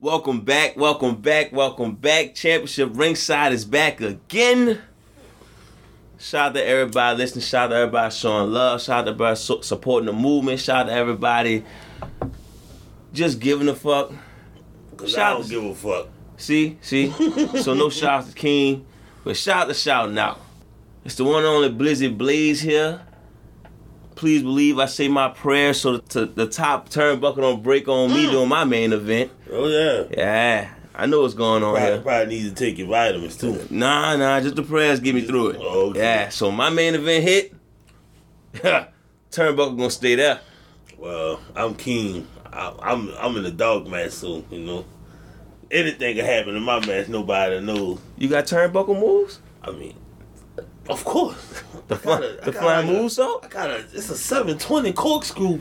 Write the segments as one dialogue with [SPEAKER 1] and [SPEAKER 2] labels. [SPEAKER 1] Welcome back, welcome back, welcome back. Championship Ringside is back again. Shout out to everybody listening. Shout out to everybody showing love. Shout out to everybody su- supporting the movement. Shout out to everybody just giving a fuck.
[SPEAKER 2] Cause I
[SPEAKER 1] Shout-
[SPEAKER 2] don't give a fuck.
[SPEAKER 1] See, see. so no shout out to King, but shout out to shout now. It's the one and only Blizzard Blaze here. Please believe I say my prayers so that the, the top turnbuckle don't break on me during my main event.
[SPEAKER 2] Oh yeah.
[SPEAKER 1] Yeah, I know what's going on
[SPEAKER 2] Probably,
[SPEAKER 1] here.
[SPEAKER 2] probably need to take your vitamins too.
[SPEAKER 1] Nah, nah, just the prayers get me through it.
[SPEAKER 2] Okay.
[SPEAKER 1] Yeah, so my main event hit. Turnbuckle gonna stay there.
[SPEAKER 2] Well, I'm keen. I, I'm I'm in a dog match, so you know anything can happen in my match. Nobody knows.
[SPEAKER 1] You got turnbuckle moves?
[SPEAKER 2] I mean, of course. The
[SPEAKER 1] fly- the flying moonsault?
[SPEAKER 2] I got a. It's a seven twenty corkscrew.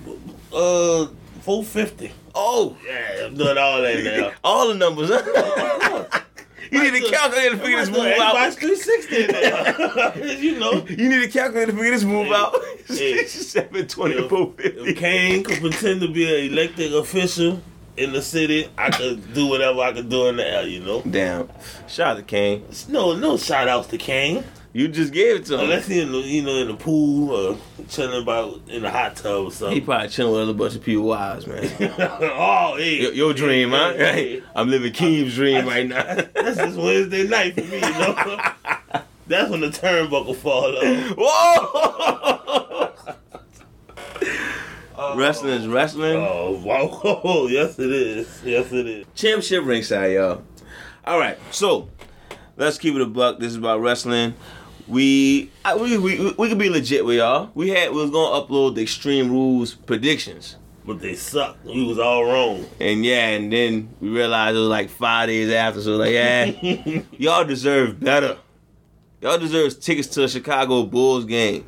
[SPEAKER 2] Uh, four fifty.
[SPEAKER 1] Oh,
[SPEAKER 2] Yeah, I'm doing all that now.
[SPEAKER 1] all the numbers. huh? you need to calculate to figure this move out.
[SPEAKER 2] 360 now. you know.
[SPEAKER 1] You need to calculate to figure this move
[SPEAKER 2] Yeah.
[SPEAKER 1] out.
[SPEAKER 2] Yeah.
[SPEAKER 1] Seven twenty four
[SPEAKER 2] If
[SPEAKER 1] fifty.
[SPEAKER 2] Kane could pretend to be an elected official in the city, I could do whatever I could do in the air, you know?
[SPEAKER 1] Damn. Shout out to Kane.
[SPEAKER 2] It's No, no shout outs to Kane.
[SPEAKER 1] You just gave it to him.
[SPEAKER 2] Unless he in the, you know, in the pool or chilling about in the hot tub or
[SPEAKER 1] He
[SPEAKER 2] something.
[SPEAKER 1] probably chilling with a bunch of people wives, man.
[SPEAKER 2] oh, hey.
[SPEAKER 1] Your, your dream, huh?
[SPEAKER 2] Yeah, yeah.
[SPEAKER 1] I'm living Keem's dream right now.
[SPEAKER 2] That's just Wednesday night for me, you know? That's when the turnbuckle fall off.
[SPEAKER 1] Whoa! wrestling is wrestling.
[SPEAKER 2] Oh, wow. Yes, it is. Yes, it is.
[SPEAKER 1] Championship ringside, y'all. All right, so let's keep it a buck. This is about wrestling. We I, we, we we we can be legit with y'all. We had we was gonna upload the Extreme Rules predictions,
[SPEAKER 2] But they suck. We was all wrong.
[SPEAKER 1] and yeah, and then we realized it was like five days after. So like, yeah, y'all deserve better. Y'all deserve tickets to a Chicago Bulls game,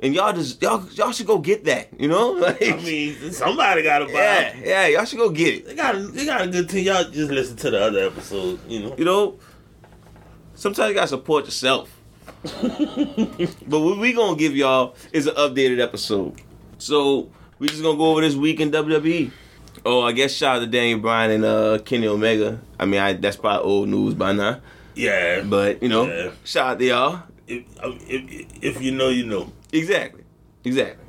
[SPEAKER 1] and y'all just y'all y'all should go get that. You know, like,
[SPEAKER 2] I mean, somebody got to buy.
[SPEAKER 1] yeah, yeah, y'all should go get it.
[SPEAKER 2] They got a, they got a good team. Y'all just listen to the other episode, you know.
[SPEAKER 1] You know, sometimes you gotta support yourself. but what we gonna give y'all is an updated episode. So we just gonna go over this week in WWE. Oh, I guess shout out to Daniel Bryan and uh, Kenny Omega. I mean, I, that's probably old news by now.
[SPEAKER 2] Yeah, but
[SPEAKER 1] But you know,
[SPEAKER 2] Yeah.
[SPEAKER 1] shout out to y'all.
[SPEAKER 2] if, if, if you know, you know.
[SPEAKER 1] Exactly, exactly.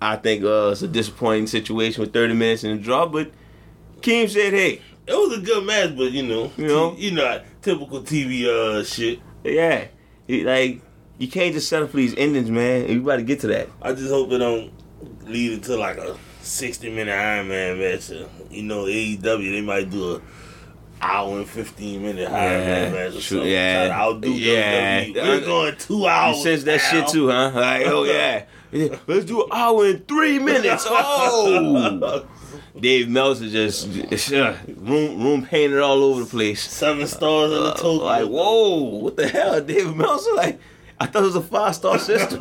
[SPEAKER 1] I think uh, it's a disappointing situation with 30 minutes in the draw, but Keem said, "Hey,
[SPEAKER 2] It was a good match, but you know,
[SPEAKER 1] You know?
[SPEAKER 2] you know, typical TV uh shit.
[SPEAKER 1] yeah, he, like you can't just settle for these endings, man. You about to get to that."
[SPEAKER 2] I just hope it don't lead into like a sixty minute Iron Man match. Uh, You know, AEW they might do a hour and fifteen minute Iron Man match or
[SPEAKER 1] true,
[SPEAKER 2] something.
[SPEAKER 1] yeah,
[SPEAKER 2] I'll do
[SPEAKER 1] yeah.
[SPEAKER 2] WWE. E. We're going two hours.
[SPEAKER 1] You sense that
[SPEAKER 2] now.
[SPEAKER 1] shit too, huh? Like, oh yeah. Yeah, Let's do an hour and three minutes. Oh, Dave Meltzer just uh, room room painted all over the place. Uh,
[SPEAKER 2] Seven stars on the token.
[SPEAKER 1] Like, whoa, what the hell, Dave Meltzer? Like, I thought it was a five star system.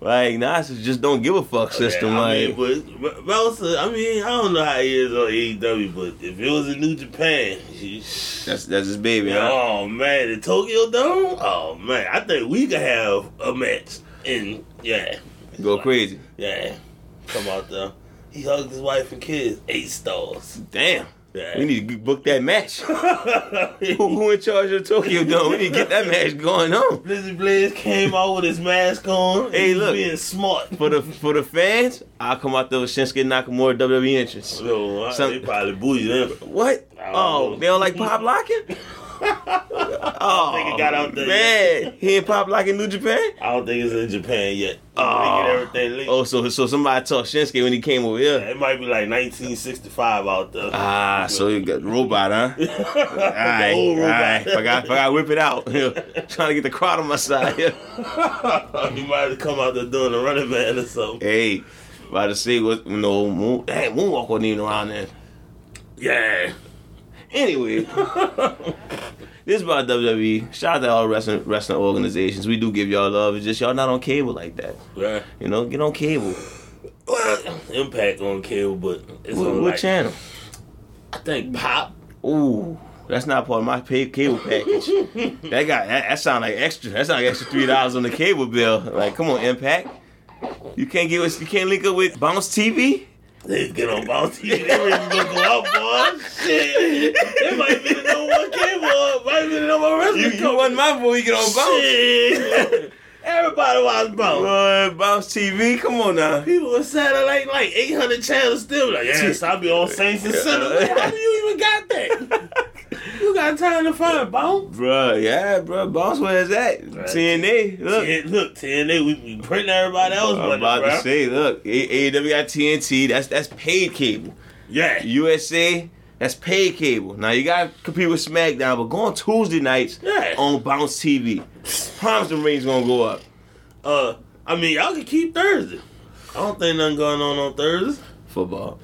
[SPEAKER 1] like, nah, it's just don't give a fuck system.
[SPEAKER 2] Oh, Yeah, I
[SPEAKER 1] like,
[SPEAKER 2] mean, but R- Rosa, I mean, I don't know how he is on AEW, but if it was in New Japan, he-
[SPEAKER 1] that's that's his baby, huh?
[SPEAKER 2] oh man, the Tokyo Dome, oh man, I think we could have a match. And yeah,
[SPEAKER 1] Go crazy.
[SPEAKER 2] yeah, come out there. He hugged his wife and kids. Eight stars.
[SPEAKER 1] Damn,
[SPEAKER 2] Yeah.
[SPEAKER 1] we need to book that match. who, who in charge of Tokyo Dome? We need to get that match going on.
[SPEAKER 2] Blizzard Blaze came out with his mask on.
[SPEAKER 1] Hey,
[SPEAKER 2] He's
[SPEAKER 1] look.
[SPEAKER 2] being smart.
[SPEAKER 1] For the for the fans, I'll come out there with Shinsuke Nakamura WWE entrance.
[SPEAKER 2] So, Oh, I-
[SPEAKER 1] Some-
[SPEAKER 2] they probably boo you then.
[SPEAKER 1] What? Oh, they don't like Pop Locking? Oh,
[SPEAKER 2] think it got out there
[SPEAKER 1] man, he ain't Pop Locking New Japan.
[SPEAKER 2] I don't think it's in Japan yet.
[SPEAKER 1] Oh.
[SPEAKER 2] they get everything linked.
[SPEAKER 1] Oh, so so somebody taught Shinsuke when he came over here.
[SPEAKER 2] It might be like 1965 out there.
[SPEAKER 1] Ah, so you got robot, huh? All right,
[SPEAKER 2] the
[SPEAKER 1] all
[SPEAKER 2] old
[SPEAKER 1] right.
[SPEAKER 2] robot.
[SPEAKER 1] Forgot, forgot, whip it out. Trying to get the crowd on my side.
[SPEAKER 2] you might have come out there doing a running man or something.
[SPEAKER 1] hey, about to see what you know. Moon, hey, Moonwalk wasn't even around then.
[SPEAKER 2] Yeah.
[SPEAKER 1] Anyway, this is about WWE. E. Shout out to all wrestling wrestling organizations. We do give y'all love. It's just y'all not on cable like that.
[SPEAKER 2] Right.
[SPEAKER 1] You know, get on cable.
[SPEAKER 2] Well, Impact on cable, but it's
[SPEAKER 1] What,
[SPEAKER 2] on
[SPEAKER 1] what
[SPEAKER 2] like,
[SPEAKER 1] channel?
[SPEAKER 2] I think Pop.
[SPEAKER 1] Ooh, that's not part of my pay, cable package. that guy, that, that sound like extra. That sound like extra three dollars on the cable bill. Like, come on, Impact. You can't get us. You can't link up with Bounce TV.
[SPEAKER 2] They get on bounty. They ready to go out, boy. Shit. They might be the number one K boy. Might be the number one
[SPEAKER 1] You,
[SPEAKER 2] wrestling
[SPEAKER 1] you wasn't my boy. You get on bounce.
[SPEAKER 2] Shit. Everybody watch bounce.
[SPEAKER 1] Boy, bounce TV. Come on now.
[SPEAKER 2] People on satellite like 800 channels still like, yes, I'll be on Saints and Sinners. Like, how do you even got that? you got time to find Bone?
[SPEAKER 1] Bruh, yeah, bruh. Bounce where's that? TNA. Look.
[SPEAKER 2] Look, look TNA, we be printing everybody else
[SPEAKER 1] I'm
[SPEAKER 2] money,
[SPEAKER 1] about
[SPEAKER 2] bro.
[SPEAKER 1] to say, look, A- AEW got TNT. That's that's paid cable.
[SPEAKER 2] yeah.
[SPEAKER 1] USA, that's paid cable. Now you got to compete with SmackDown, but go on Tuesday nights
[SPEAKER 2] Yeah.
[SPEAKER 1] on Bounce TV. Promise the ratings gonna go up.
[SPEAKER 2] Uh, I mean, y'all can keep Thursday. I don't think nothing going on on Thursday.
[SPEAKER 1] Football.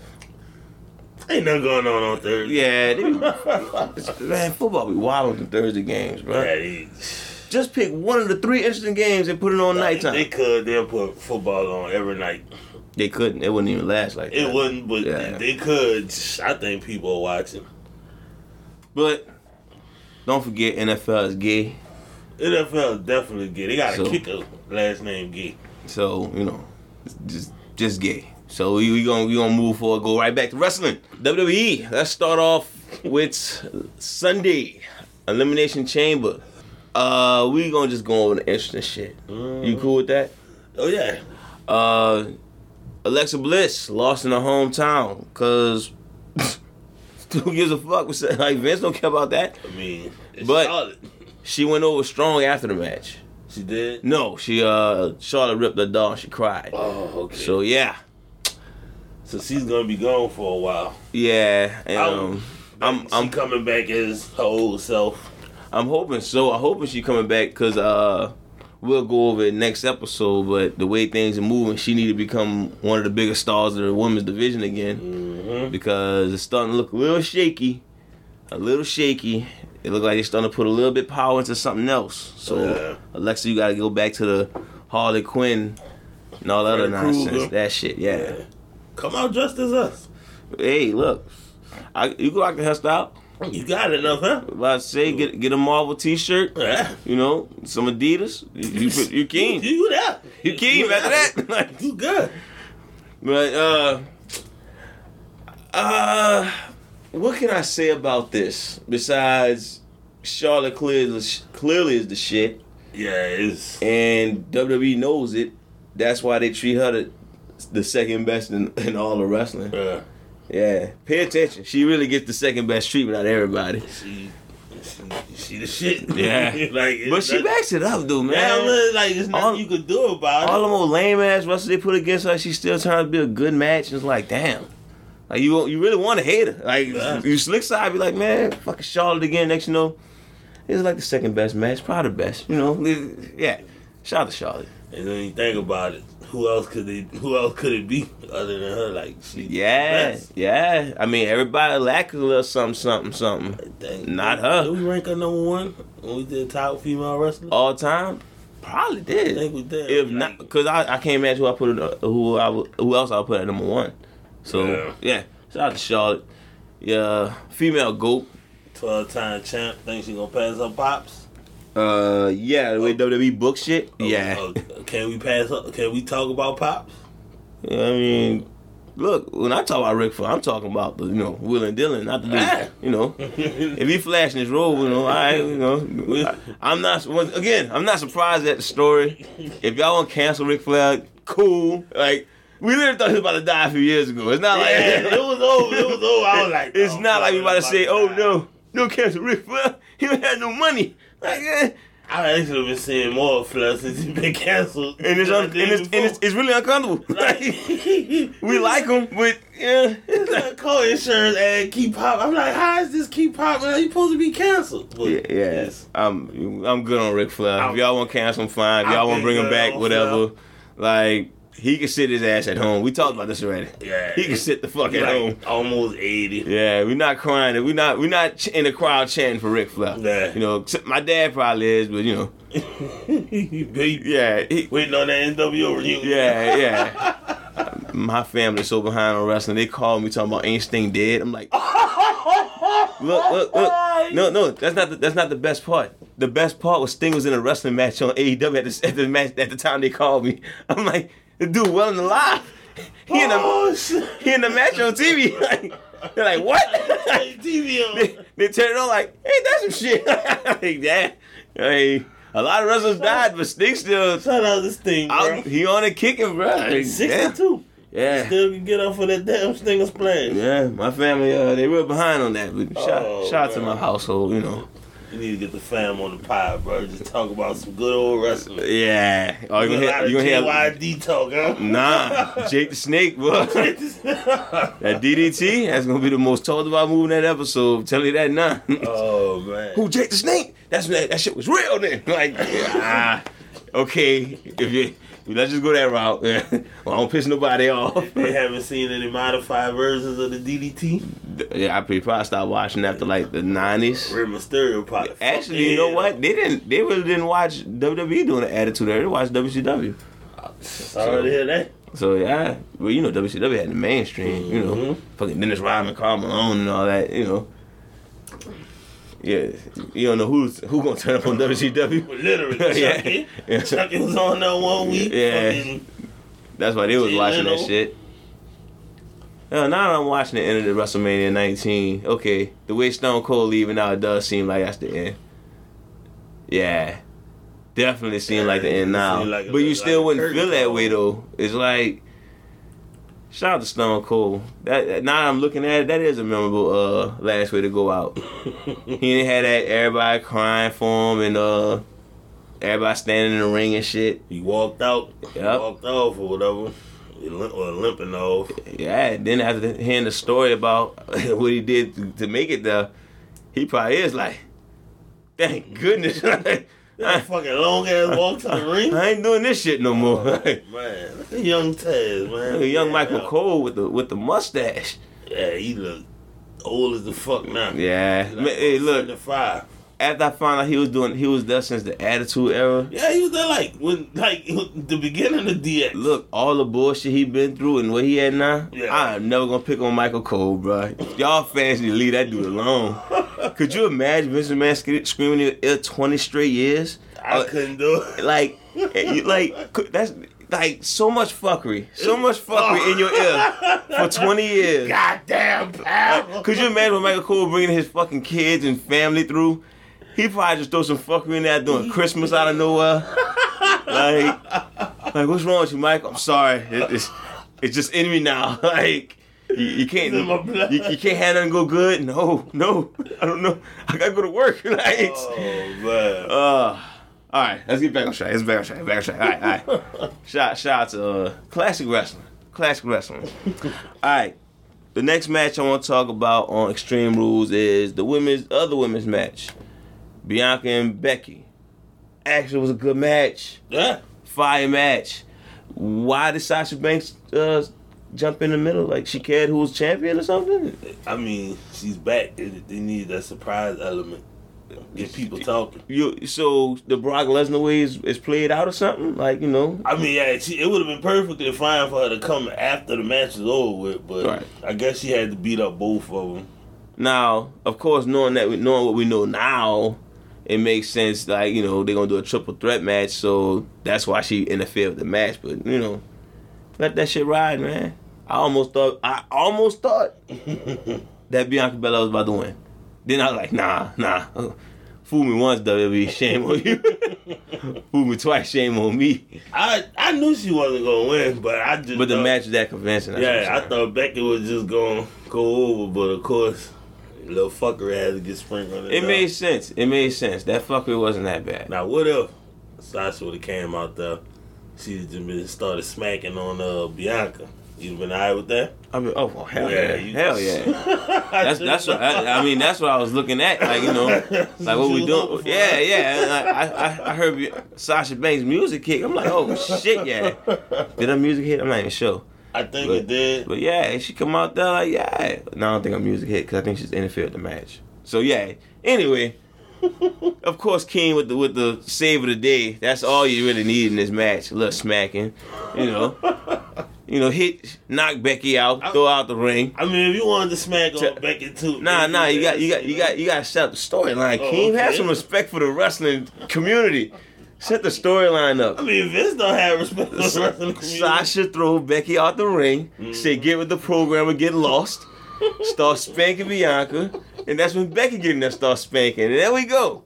[SPEAKER 2] Ain't nothing going on on Thursday.
[SPEAKER 1] Yeah, they be-
[SPEAKER 2] yeah,
[SPEAKER 1] man, football be wild on the Thursday games, bro.
[SPEAKER 2] they,
[SPEAKER 1] Just pick one of the three interesting games and put it on nighttime.
[SPEAKER 2] they could. They'll put football on every night.
[SPEAKER 1] They couldn't. It wouldn't even last like
[SPEAKER 2] It
[SPEAKER 1] that.
[SPEAKER 2] wouldn't, but
[SPEAKER 1] Yeah.
[SPEAKER 2] they could. I think people are watching.
[SPEAKER 1] But don't forget, NFL is gay,
[SPEAKER 2] NFL definitely gay. They got a
[SPEAKER 1] So-
[SPEAKER 2] kicker last name gay.
[SPEAKER 1] so you know, it's just just gay. So we, we gonna we gonna move forward. Go right back to wrestling. WWE. Let's start off with Sunday Elimination Chamber. Uh, we gonna just go over the interesting shit. You cool with that?
[SPEAKER 2] Oh yeah,
[SPEAKER 1] Uh, Alexa Bliss lost in her hometown because who gives a fuck? What's that? Like Vince don't care about that.
[SPEAKER 2] I mean, it's
[SPEAKER 1] But-
[SPEAKER 2] Charlotte.
[SPEAKER 1] She went over strong after the match.
[SPEAKER 2] she did.
[SPEAKER 1] No, she uh Charlotte ripped her doll and she cried.
[SPEAKER 2] Oh okay. So,
[SPEAKER 1] So yeah.
[SPEAKER 2] she's gonna be gone for a while.
[SPEAKER 1] Yeah. And,
[SPEAKER 2] Out.
[SPEAKER 1] um, I'm
[SPEAKER 2] She
[SPEAKER 1] I'm
[SPEAKER 2] coming back as her old self.
[SPEAKER 1] I'm hoping so. I'm hoping she coming back because uh we'll go over it next episode, but the way things are moving, she need to become one of the biggest stars of the women's division again.
[SPEAKER 2] Mm-hmm.
[SPEAKER 1] Because it's starting to look a little shaky. A little shaky. It look like they're starting to put a little bit power into something else. So
[SPEAKER 2] Yeah.
[SPEAKER 1] Alexa, you gotta go back to the Harley Quinn and all that other
[SPEAKER 2] Freddy
[SPEAKER 1] nonsense.
[SPEAKER 2] Krueger.
[SPEAKER 1] That shit, yeah.
[SPEAKER 2] Come out dressed as us.
[SPEAKER 1] Hey, look, I, you can rock the hairstyle.
[SPEAKER 2] You got enough, huh?
[SPEAKER 1] About to say, get get a Marvel T-shirt.
[SPEAKER 2] Yeah.
[SPEAKER 1] You know, some Adidas. You, you, you
[SPEAKER 2] You,
[SPEAKER 1] keen?
[SPEAKER 2] you there?
[SPEAKER 1] You keen after that?
[SPEAKER 2] You good?
[SPEAKER 1] but uh, uh, what can I say about this besides Charlotte clearly is- clearly is the shit,
[SPEAKER 2] Yeah, it's
[SPEAKER 1] and WWE knows it. That's why they treat her the, the second best in, in all of wrestling.
[SPEAKER 2] uh,
[SPEAKER 1] Yeah, pay attention. She really gets the second best treatment out of everybody.
[SPEAKER 2] she, she, she the shit.
[SPEAKER 1] Yeah.
[SPEAKER 2] like, it's
[SPEAKER 1] But she
[SPEAKER 2] nothing-
[SPEAKER 1] backs it up, though,
[SPEAKER 2] Yeah,
[SPEAKER 1] man.
[SPEAKER 2] look, like there's nothing
[SPEAKER 1] All-
[SPEAKER 2] you could do about
[SPEAKER 1] All
[SPEAKER 2] it.
[SPEAKER 1] them old lame ass wrestlers they put against her, she still trying to be a good match. And it's like, damn. Like, you you really want to hate her. Like,
[SPEAKER 2] Yeah.
[SPEAKER 1] you slick side be like, man, fucking Charlotte again. Next, you know, it's like the second best match, probably the best, you know? Yeah. Shout out to Charlotte.
[SPEAKER 2] And then you think about it, who else could they? Who else could it be other than her? Like she,
[SPEAKER 1] Yeah,
[SPEAKER 2] Yes.
[SPEAKER 1] yeah. I mean, everybody lacks a little something, something, something.
[SPEAKER 2] Dang.
[SPEAKER 1] Not her.
[SPEAKER 2] Did we rank her number one when we did top female wrestler?
[SPEAKER 1] All time, probably
[SPEAKER 2] I
[SPEAKER 1] did.
[SPEAKER 2] think we did.
[SPEAKER 1] If
[SPEAKER 2] Like,
[SPEAKER 1] not, because I, I can't imagine who I put in, who I would- who else I would put at number one. So
[SPEAKER 2] Yeah.
[SPEAKER 1] yeah, shout out to Charlotte. Yeah, female goat.
[SPEAKER 2] twelve time champ, think she gonna pass her pops?
[SPEAKER 1] Uh, yeah, the way WWE book shit. Yeah,
[SPEAKER 2] Oh, oh, can we pass? Her, can we talk about pops?
[SPEAKER 1] I mean, look, when I talk about Rick Flair, I'm talking about the you know Will and Dylan, not the
[SPEAKER 2] Yeah.
[SPEAKER 1] dude. You know, if he flashing his robe, you know, I you know, I, am not once again, I'm not surprised at the story. If y'all want to cancel Ric Flair, cool. Like we literally thought he was about to die a few years ago. It's not
[SPEAKER 2] Yeah,
[SPEAKER 1] like
[SPEAKER 2] it was over. It was over. I was like,
[SPEAKER 1] it's
[SPEAKER 2] oh,
[SPEAKER 1] not like we
[SPEAKER 2] fuck,
[SPEAKER 1] about to
[SPEAKER 2] fuck,
[SPEAKER 1] say, oh
[SPEAKER 2] nah."
[SPEAKER 1] no, no cancel Ric Flair. He don't have no money. Like, eh.
[SPEAKER 2] I actually been seeing more of Flair since he been canceled.
[SPEAKER 1] and it's,
[SPEAKER 2] than I
[SPEAKER 1] un- and
[SPEAKER 2] did
[SPEAKER 1] it's, and it's,
[SPEAKER 2] before.
[SPEAKER 1] it's really uncomfortable.
[SPEAKER 2] Like-
[SPEAKER 1] we like him, but yeah.
[SPEAKER 2] It's like co-insurance and keep pop. I'm like, how is this keep pop? Man, you supposed to be canceled. But
[SPEAKER 1] Yeah, yeah.
[SPEAKER 2] it's-
[SPEAKER 1] I'm I'm good on Ric Flair.
[SPEAKER 2] I'm-
[SPEAKER 1] if y'all want to cancel him, fine. If
[SPEAKER 2] I've
[SPEAKER 1] y'all want
[SPEAKER 2] been
[SPEAKER 1] to bring him
[SPEAKER 2] good
[SPEAKER 1] back,
[SPEAKER 2] on
[SPEAKER 1] whatever. Like he can sit his ass at home. We talked about this already.
[SPEAKER 2] Yeah.
[SPEAKER 1] he can sit the fuck
[SPEAKER 2] he
[SPEAKER 1] at
[SPEAKER 2] like
[SPEAKER 1] home.
[SPEAKER 2] almost 80.
[SPEAKER 1] Yeah, we're not crying. We're not we're not ch- in the crowd chanting for Ric Flair.
[SPEAKER 2] Yeah.
[SPEAKER 1] you know, except my dad probably is, but you know,
[SPEAKER 2] Baby.
[SPEAKER 1] yeah, he,
[SPEAKER 2] Waiting on that NWO reunion.
[SPEAKER 1] yeah, yeah. my family's so behind on wrestling. They called me talking about Ain't Sting dead. I'm like, look, look, look. No, no, that's not the, that's not the best part. The best part was Sting was in a E wrestling match on AEW at the, at the match at the time they called me. I'm like, the dude, well and alive. He in the
[SPEAKER 2] oh, shit.
[SPEAKER 1] he in the match on TV. Like, they're like, what?
[SPEAKER 2] TV on.
[SPEAKER 1] they, they turn it on like, hey, that's some shit. like that. Hey, a lot of wrestlers died, but Sting still
[SPEAKER 2] Shout out this thing, bro.
[SPEAKER 1] out, he on a kicking, bro. Like, yeah,
[SPEAKER 2] 62.
[SPEAKER 1] yeah,
[SPEAKER 2] Still can get off of that damn Stinger splash.
[SPEAKER 1] yeah. My family, uh, they real behind on that. But shout,
[SPEAKER 2] Oh,
[SPEAKER 1] shout out to
[SPEAKER 2] man.
[SPEAKER 1] my household, you know.
[SPEAKER 2] You need to get the fam on the pod, bro. Just talk about some good old wrestling.
[SPEAKER 1] Yeah. Oh, you gonna hear? You gonna hear?
[SPEAKER 2] YD talk, huh?
[SPEAKER 1] Nah, Jake the Snake, bro. That DDT, that's gonna be the most talked about move in that episode. Tell you that now.
[SPEAKER 2] oh man.
[SPEAKER 1] Who Jake the Snake? That's that, that shit was real then. Like, ah, okay. If you let's just go that route. well, I don't piss nobody off.
[SPEAKER 2] They haven't seen any modified versions of the DDT.
[SPEAKER 1] yeah, I probably probably started watching after like the nineties.
[SPEAKER 2] Rey Mysterio probably.
[SPEAKER 1] Actually, you know what? They didn't. They really didn't watch WWE doing the Attitude Era. They watched WCW.
[SPEAKER 2] Sorry to hear that.
[SPEAKER 1] So yeah, well you know WCW had the mainstream, you know,
[SPEAKER 2] Mhm.
[SPEAKER 1] fucking Dennis Rodman, Carl Malone, and all that, you know. Yeah, you don't know who's who gonna turn up on WCW.
[SPEAKER 2] But literally, Chucky.
[SPEAKER 1] Yeah.
[SPEAKER 2] Chucky E was on that one week.
[SPEAKER 1] Yeah.
[SPEAKER 2] Fucking-
[SPEAKER 1] That's why they was
[SPEAKER 2] Jay
[SPEAKER 1] watching that
[SPEAKER 2] Leno.
[SPEAKER 1] shit. Uh, now that I'm watching the end of the WrestleMania 19, okay, the way Stone Cold leaving out it does seem like that's the end. Yeah, definitely seem like the end
[SPEAKER 2] It
[SPEAKER 1] now.
[SPEAKER 2] seemed like a-
[SPEAKER 1] but you
[SPEAKER 2] like
[SPEAKER 1] still
[SPEAKER 2] a
[SPEAKER 1] wouldn't
[SPEAKER 2] curtain
[SPEAKER 1] feel that
[SPEAKER 2] call.
[SPEAKER 1] way though. It's like shout out to Stone Cold. That that- now that I'm looking at it, that is a memorable uh last way to go out. he didn't have that everybody crying for him and uh everybody standing in the ring and shit.
[SPEAKER 2] he walked out. He
[SPEAKER 1] Yep.
[SPEAKER 2] walked off or whatever. He lim- or limping off.
[SPEAKER 1] Yeah, and then after hearing the story about what he did to, to make it there, he probably is like, thank goodness. like,
[SPEAKER 2] That
[SPEAKER 1] I,
[SPEAKER 2] fucking long ass walk to the ring.
[SPEAKER 1] I ain't doing this shit no more. Like,
[SPEAKER 2] Man, look at young Taz, man.
[SPEAKER 1] look at young
[SPEAKER 2] Yeah.
[SPEAKER 1] Michael Cole with the with the mustache.
[SPEAKER 2] Yeah, he look old as the fuck now.
[SPEAKER 1] Yeah. Ma-
[SPEAKER 2] oh,
[SPEAKER 1] hey, look,
[SPEAKER 2] Five.
[SPEAKER 1] after I found out he was doing, he was there since the Attitude Era.
[SPEAKER 2] Yeah, he was there like when like the beginning of DX.
[SPEAKER 1] Look, all the bullshit he been through and what he had now,
[SPEAKER 2] Yeah.
[SPEAKER 1] I am never gonna pick on Michael Cole, bro. Y'all fans need to leave that dude alone. Could you imagine Vince McMahon sc- screaming in your ear 20 straight years?
[SPEAKER 2] I
[SPEAKER 1] Uh,
[SPEAKER 2] couldn't do it.
[SPEAKER 1] like eh, you- like could- that's like so much fuckery, so much fuckery in your ear for twenty years.
[SPEAKER 2] Goddamn pal.
[SPEAKER 1] Could you imagine what Michael Cole bringing his fucking kids and family through? He probably just throw some fuckery in there doing Christmas out of nowhere. Like, like what's wrong with you, Michael? I'm sorry. It- it's it's just in me now. Like. You, you can't
[SPEAKER 2] It's in my blood.
[SPEAKER 1] you, you can't have nothing go good. No, no, I don't know. I gotta go to work. Like,
[SPEAKER 2] Oh man.
[SPEAKER 1] uh, all right, let's get back on track. Let's back on track. Back on track. All right, all right. shout, shout out to uh, classic wrestling. Classic wrestling. all right, the next match I want to talk about on Extreme Rules is the women's other women's match, Bianca and Becky. Actually, it was a good match,
[SPEAKER 2] yeah.
[SPEAKER 1] fire match. Why did Sasha Banks uh, jump in the middle? Like she cared who was champion or something?
[SPEAKER 2] I mean, she's back. They, they need that surprise element. Get people talking.
[SPEAKER 1] You so the Brock Lesnar way is, is played out or something? Like you know,
[SPEAKER 2] I mean, yeah, she, it would have been perfectly fine for her to come after the match is over with, but
[SPEAKER 1] Right.
[SPEAKER 2] I guess she had to beat up both of them.
[SPEAKER 1] Now, of course, knowing that knowing what we know now, it makes sense. Like you know, they're gonna do a triple threat match, so that's why she interfered with the match. But you know, let that shit ride, man. I almost thought I almost thought that Bianca Bella was about to win. Then I was like, nah, nah. Fool me once, WWE, shame on you. Fool me twice, shame on me.
[SPEAKER 2] I I knew she wasn't gonna win, but I just
[SPEAKER 1] But the
[SPEAKER 2] thought-
[SPEAKER 1] match was that convincing. that's what I'm
[SPEAKER 2] Yeah, I
[SPEAKER 1] saying.
[SPEAKER 2] thought Becky was just gonna go over, but of course, little fucker had to get sprinkled. in
[SPEAKER 1] it
[SPEAKER 2] there.
[SPEAKER 1] made sense. It made sense. That fuckery wasn't that bad.
[SPEAKER 2] Now what if Sasha would have came out there? She just been started smacking on uh, Bianca. You been alright with that?
[SPEAKER 1] I mean, oh well, hell yeah,
[SPEAKER 2] you-
[SPEAKER 1] hell yeah. That's that's what I, I mean. That's what I was looking at. Like you know, like what we doing? Yeah, yeah. And I, I I heard you- Sasha Banks' music kick. I'm like, oh shit, yeah. Did her music hit? I'm not even sure.
[SPEAKER 2] I think
[SPEAKER 1] But-
[SPEAKER 2] it did.
[SPEAKER 1] But yeah, she come out there like yeah. No, I don't think her music hit because I think she's interfered with the match. So yeah. Anyway, of course, King with the with the save of the day. That's all you really need in this match. A little smacking, you know. You know, hit, knock Becky out, throw out the ring.
[SPEAKER 2] I mean, if you wanted to smack on
[SPEAKER 1] Ch-
[SPEAKER 2] Becky too,
[SPEAKER 1] Nah,
[SPEAKER 2] then
[SPEAKER 1] nah, you
[SPEAKER 2] did
[SPEAKER 1] got, you
[SPEAKER 2] that,
[SPEAKER 1] got, you got,
[SPEAKER 2] know?
[SPEAKER 1] you got to set up the storyline.
[SPEAKER 2] Oh,
[SPEAKER 1] King, have
[SPEAKER 2] okay.
[SPEAKER 1] some respect for the wrestling community. Set the storyline
[SPEAKER 2] I
[SPEAKER 1] up.
[SPEAKER 2] mean, Vince don't have respect for the rest of the community. Mm-hmm.
[SPEAKER 1] Sasha throw Becky out the ring. Say get with the program or get lost. Start spanking Bianca, and that's when Becky getting that start spanking. And there we go.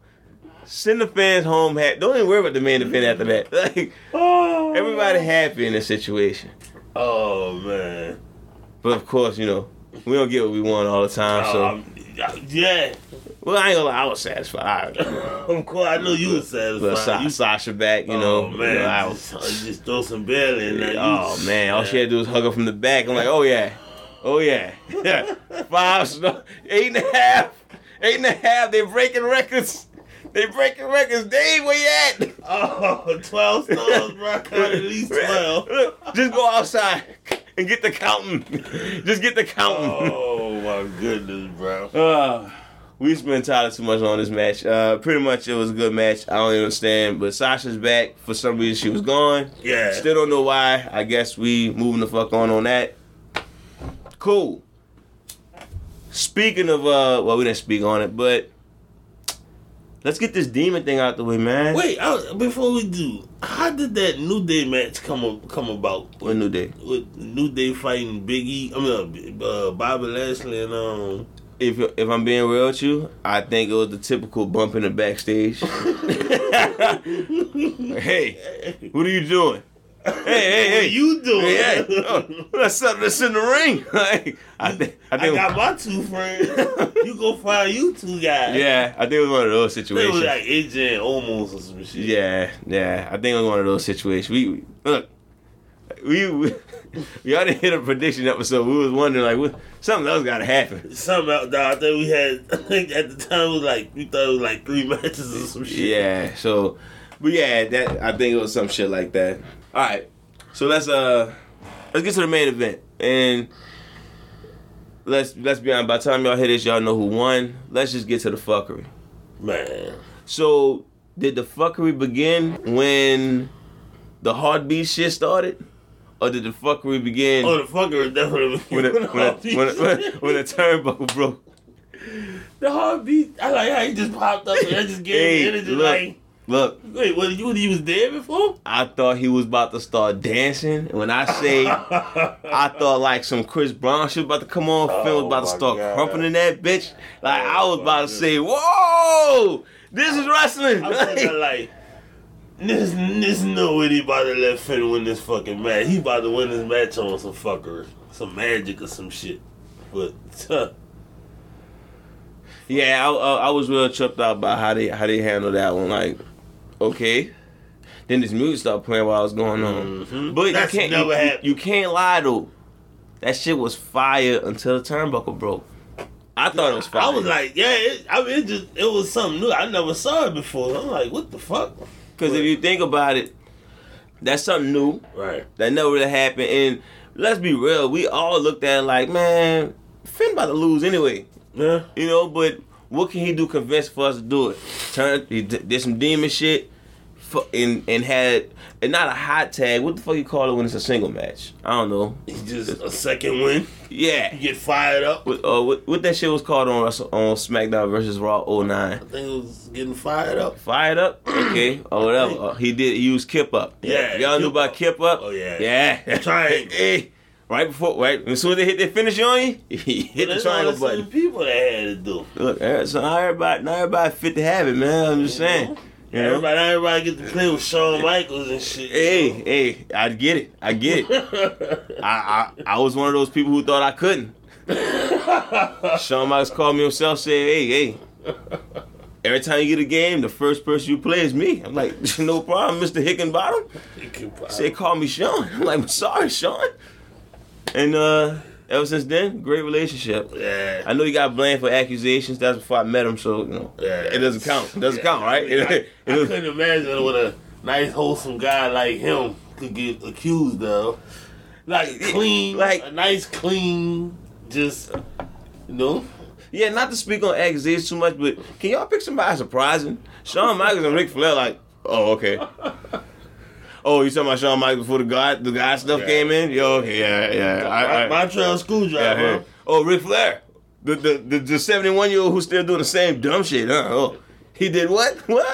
[SPEAKER 1] Send the fans home. Ha- don't even worry about the main event after that. Like
[SPEAKER 2] Oh.
[SPEAKER 1] everybody happy in this situation.
[SPEAKER 2] Oh man.
[SPEAKER 1] But of course, you know we don't get what we want all the time. So
[SPEAKER 2] Um, yeah.
[SPEAKER 1] well, I ain't gonna lie, I was satisfied. I
[SPEAKER 2] Of course, I know you were
[SPEAKER 1] put Sa-
[SPEAKER 2] satisfied. You,
[SPEAKER 1] Sasha back, you know.
[SPEAKER 2] oh
[SPEAKER 1] You know,
[SPEAKER 2] man,
[SPEAKER 1] I was-
[SPEAKER 2] just, just throw some bail in there.
[SPEAKER 1] Oh man, all she had to do was hug her from the back. I'm like, oh yeah, oh yeah, five, sno- eight and a half, eight and a half. They breaking records. They breaking records. Dave, where you at?
[SPEAKER 2] Oh, 12 stones, bro. I counted at least 12.
[SPEAKER 1] Just go outside and get the counting. Just get the counting.
[SPEAKER 2] Oh my goodness, bro.
[SPEAKER 1] Uh, we spent time too much on this match. Uh, pretty much, it was a good match. I don't even understand, but Sasha's back. For some reason, she was gone.
[SPEAKER 2] Yeah.
[SPEAKER 1] Still don't know why. I guess we moving the fuck on on that. Cool. Speaking of uh, well, we didn't speak on it, but let's get this demon thing out the way, man.
[SPEAKER 2] Wait, I was- before we do, how did that New Day match come a- come about?
[SPEAKER 1] What new day?
[SPEAKER 2] With New Day fighting Biggie, I mean uh, uh, Bobby Lashley and um.
[SPEAKER 1] If if I'm being real with you, I think it was the typical bump in the backstage. hey, what are you doing? Hey, hey,
[SPEAKER 2] What
[SPEAKER 1] hey,
[SPEAKER 2] you doing?
[SPEAKER 1] Hey, hey. Oh, let's set this in the ring. Like, I think I
[SPEAKER 2] I
[SPEAKER 1] think
[SPEAKER 2] got my two friends. you go find you two guys.
[SPEAKER 1] yeah, I think it was one of those
[SPEAKER 2] They
[SPEAKER 1] situations.
[SPEAKER 2] was like AJ and Omos or some shit.
[SPEAKER 1] Yeah, yeah. I think it was one of those situations. We we- look, we we, we already hit a prediction episode. We was wondering like, what, something else got to happen.
[SPEAKER 2] Something out there. I think we had. I think at the time it was like we thought it was like three matches or some shit.
[SPEAKER 1] Yeah. So, but yeah, that I think it was some shit like that. All right. So let's uh let's get to the main event and let's let's be honest. By the time y'all hear this, y'all know who won. Let's just get to the fuckery.
[SPEAKER 2] Man.
[SPEAKER 1] So did the fuckery begin when the heartbeat shit started, or did the fuckery begin?
[SPEAKER 2] Oh, the fucker is definitely
[SPEAKER 1] when a, when a,
[SPEAKER 2] heartbeat.
[SPEAKER 1] when a, when a, when a turnbuckle broke.
[SPEAKER 2] the heartbeat. I like how he just popped up and I just gave
[SPEAKER 1] Hey,
[SPEAKER 2] him energy.
[SPEAKER 1] look.
[SPEAKER 2] Like,
[SPEAKER 1] Look,
[SPEAKER 2] wait, what? You you was there before?
[SPEAKER 1] I thought he was about to start dancing. When I say I thought like some Chris Brown shit about to come on, Finn was
[SPEAKER 2] Oh
[SPEAKER 1] about to
[SPEAKER 2] my
[SPEAKER 1] start
[SPEAKER 2] God.
[SPEAKER 1] crumping in that bitch. Like I was
[SPEAKER 2] Oh my
[SPEAKER 1] about to
[SPEAKER 2] God.
[SPEAKER 1] say, whoa, this is wrestling.
[SPEAKER 2] I'm sitting there
[SPEAKER 1] Like,
[SPEAKER 2] like, there's, there's no way they about to let Finn win this fucking match. He about to win this match on some fucker, some magic or some shit. But huh,
[SPEAKER 1] yeah, I, I, I was real tripped out by how they how they handled that one. Like, okay. Then this music started playing while I was going on.
[SPEAKER 2] Mhm.
[SPEAKER 1] But
[SPEAKER 2] That's
[SPEAKER 1] you can't
[SPEAKER 2] never
[SPEAKER 1] you- you,
[SPEAKER 2] happened.
[SPEAKER 1] you can't lie though. That shit was fire until the turnbuckle broke. I thought it was fire.
[SPEAKER 2] I was like, yeah, it, I mean, it just it was something new. I never saw it before. I'm like, what the fuck?
[SPEAKER 1] Because if you think about it, that's something new
[SPEAKER 2] Right.
[SPEAKER 1] that never really happened. And let's be real, we all looked at it like, man, Finn about to lose anyway,
[SPEAKER 2] Yeah.
[SPEAKER 1] you know. But what can he do convince for us to do it? Turn, he d- did some demon shit, fu- and and had and not a hot tag. What the fuck you call it when it's a single match? I don't know.
[SPEAKER 2] He just a second win.
[SPEAKER 1] Yeah.
[SPEAKER 2] You get fired up.
[SPEAKER 1] What, uh, what, what that shit was called on Wrestle- on SmackDown versus Raw 09.
[SPEAKER 2] I think it was getting fired up.
[SPEAKER 1] Fired up, okay, or whatever. Uh, he did use Kip up.
[SPEAKER 2] Yeah,
[SPEAKER 1] y'all knew
[SPEAKER 2] Kip
[SPEAKER 1] about
[SPEAKER 2] Up.
[SPEAKER 1] Kip up.
[SPEAKER 2] Oh, yeah.
[SPEAKER 1] yeah.
[SPEAKER 2] Triangle.
[SPEAKER 1] hey, right before, right as soon as they hit their finish on you, he hit the
[SPEAKER 2] That's
[SPEAKER 1] triangle
[SPEAKER 2] all the same
[SPEAKER 1] button.
[SPEAKER 2] people that had to do.
[SPEAKER 1] Look, eh, so not everybody, not everybody fit the habit, man. I'm just saying. You know?
[SPEAKER 2] Everybody, everybody get to play with Shawn Michaels and shit.
[SPEAKER 1] Hey, hey, I get it. I get it. I, I, I was one of those people who thought I couldn't. Shawn Michaels called me himself, said, "Hey, hey." Every time you get a game, the first person you play is me. I'm like, no problem, Mr. Hickenbottom. They called me Sean. I'm like, I'm sorry, Sean. And uh, ever since then, great relationship.
[SPEAKER 2] Yeah.
[SPEAKER 1] I know he got blamed for accusations. That's before I met him, so you know
[SPEAKER 2] Yeah.
[SPEAKER 1] it doesn't count. It doesn't count, right?
[SPEAKER 2] I, I,
[SPEAKER 1] It- it was-
[SPEAKER 2] couldn't imagine what a nice, wholesome guy like him could get accused of. Like clean,
[SPEAKER 1] Like-
[SPEAKER 2] like a nice, clean, just you know.
[SPEAKER 1] yeah, not to speak on accusations too much, but can y'all pick somebody surprising? Shawn Michaels and Ric Flair, like, oh okay. Oh, you talking about Shawn Michaels before the God the God stuff
[SPEAKER 2] Yeah.
[SPEAKER 1] came in? Yo, okay, yeah, yeah. I, I,
[SPEAKER 2] My trail
[SPEAKER 1] yeah, I
[SPEAKER 2] screwdriver.
[SPEAKER 1] heard. Oh, Ric Flair, the the the, the seventy one year old who's still doing the same dumb shit, huh? Oh, he did what? What?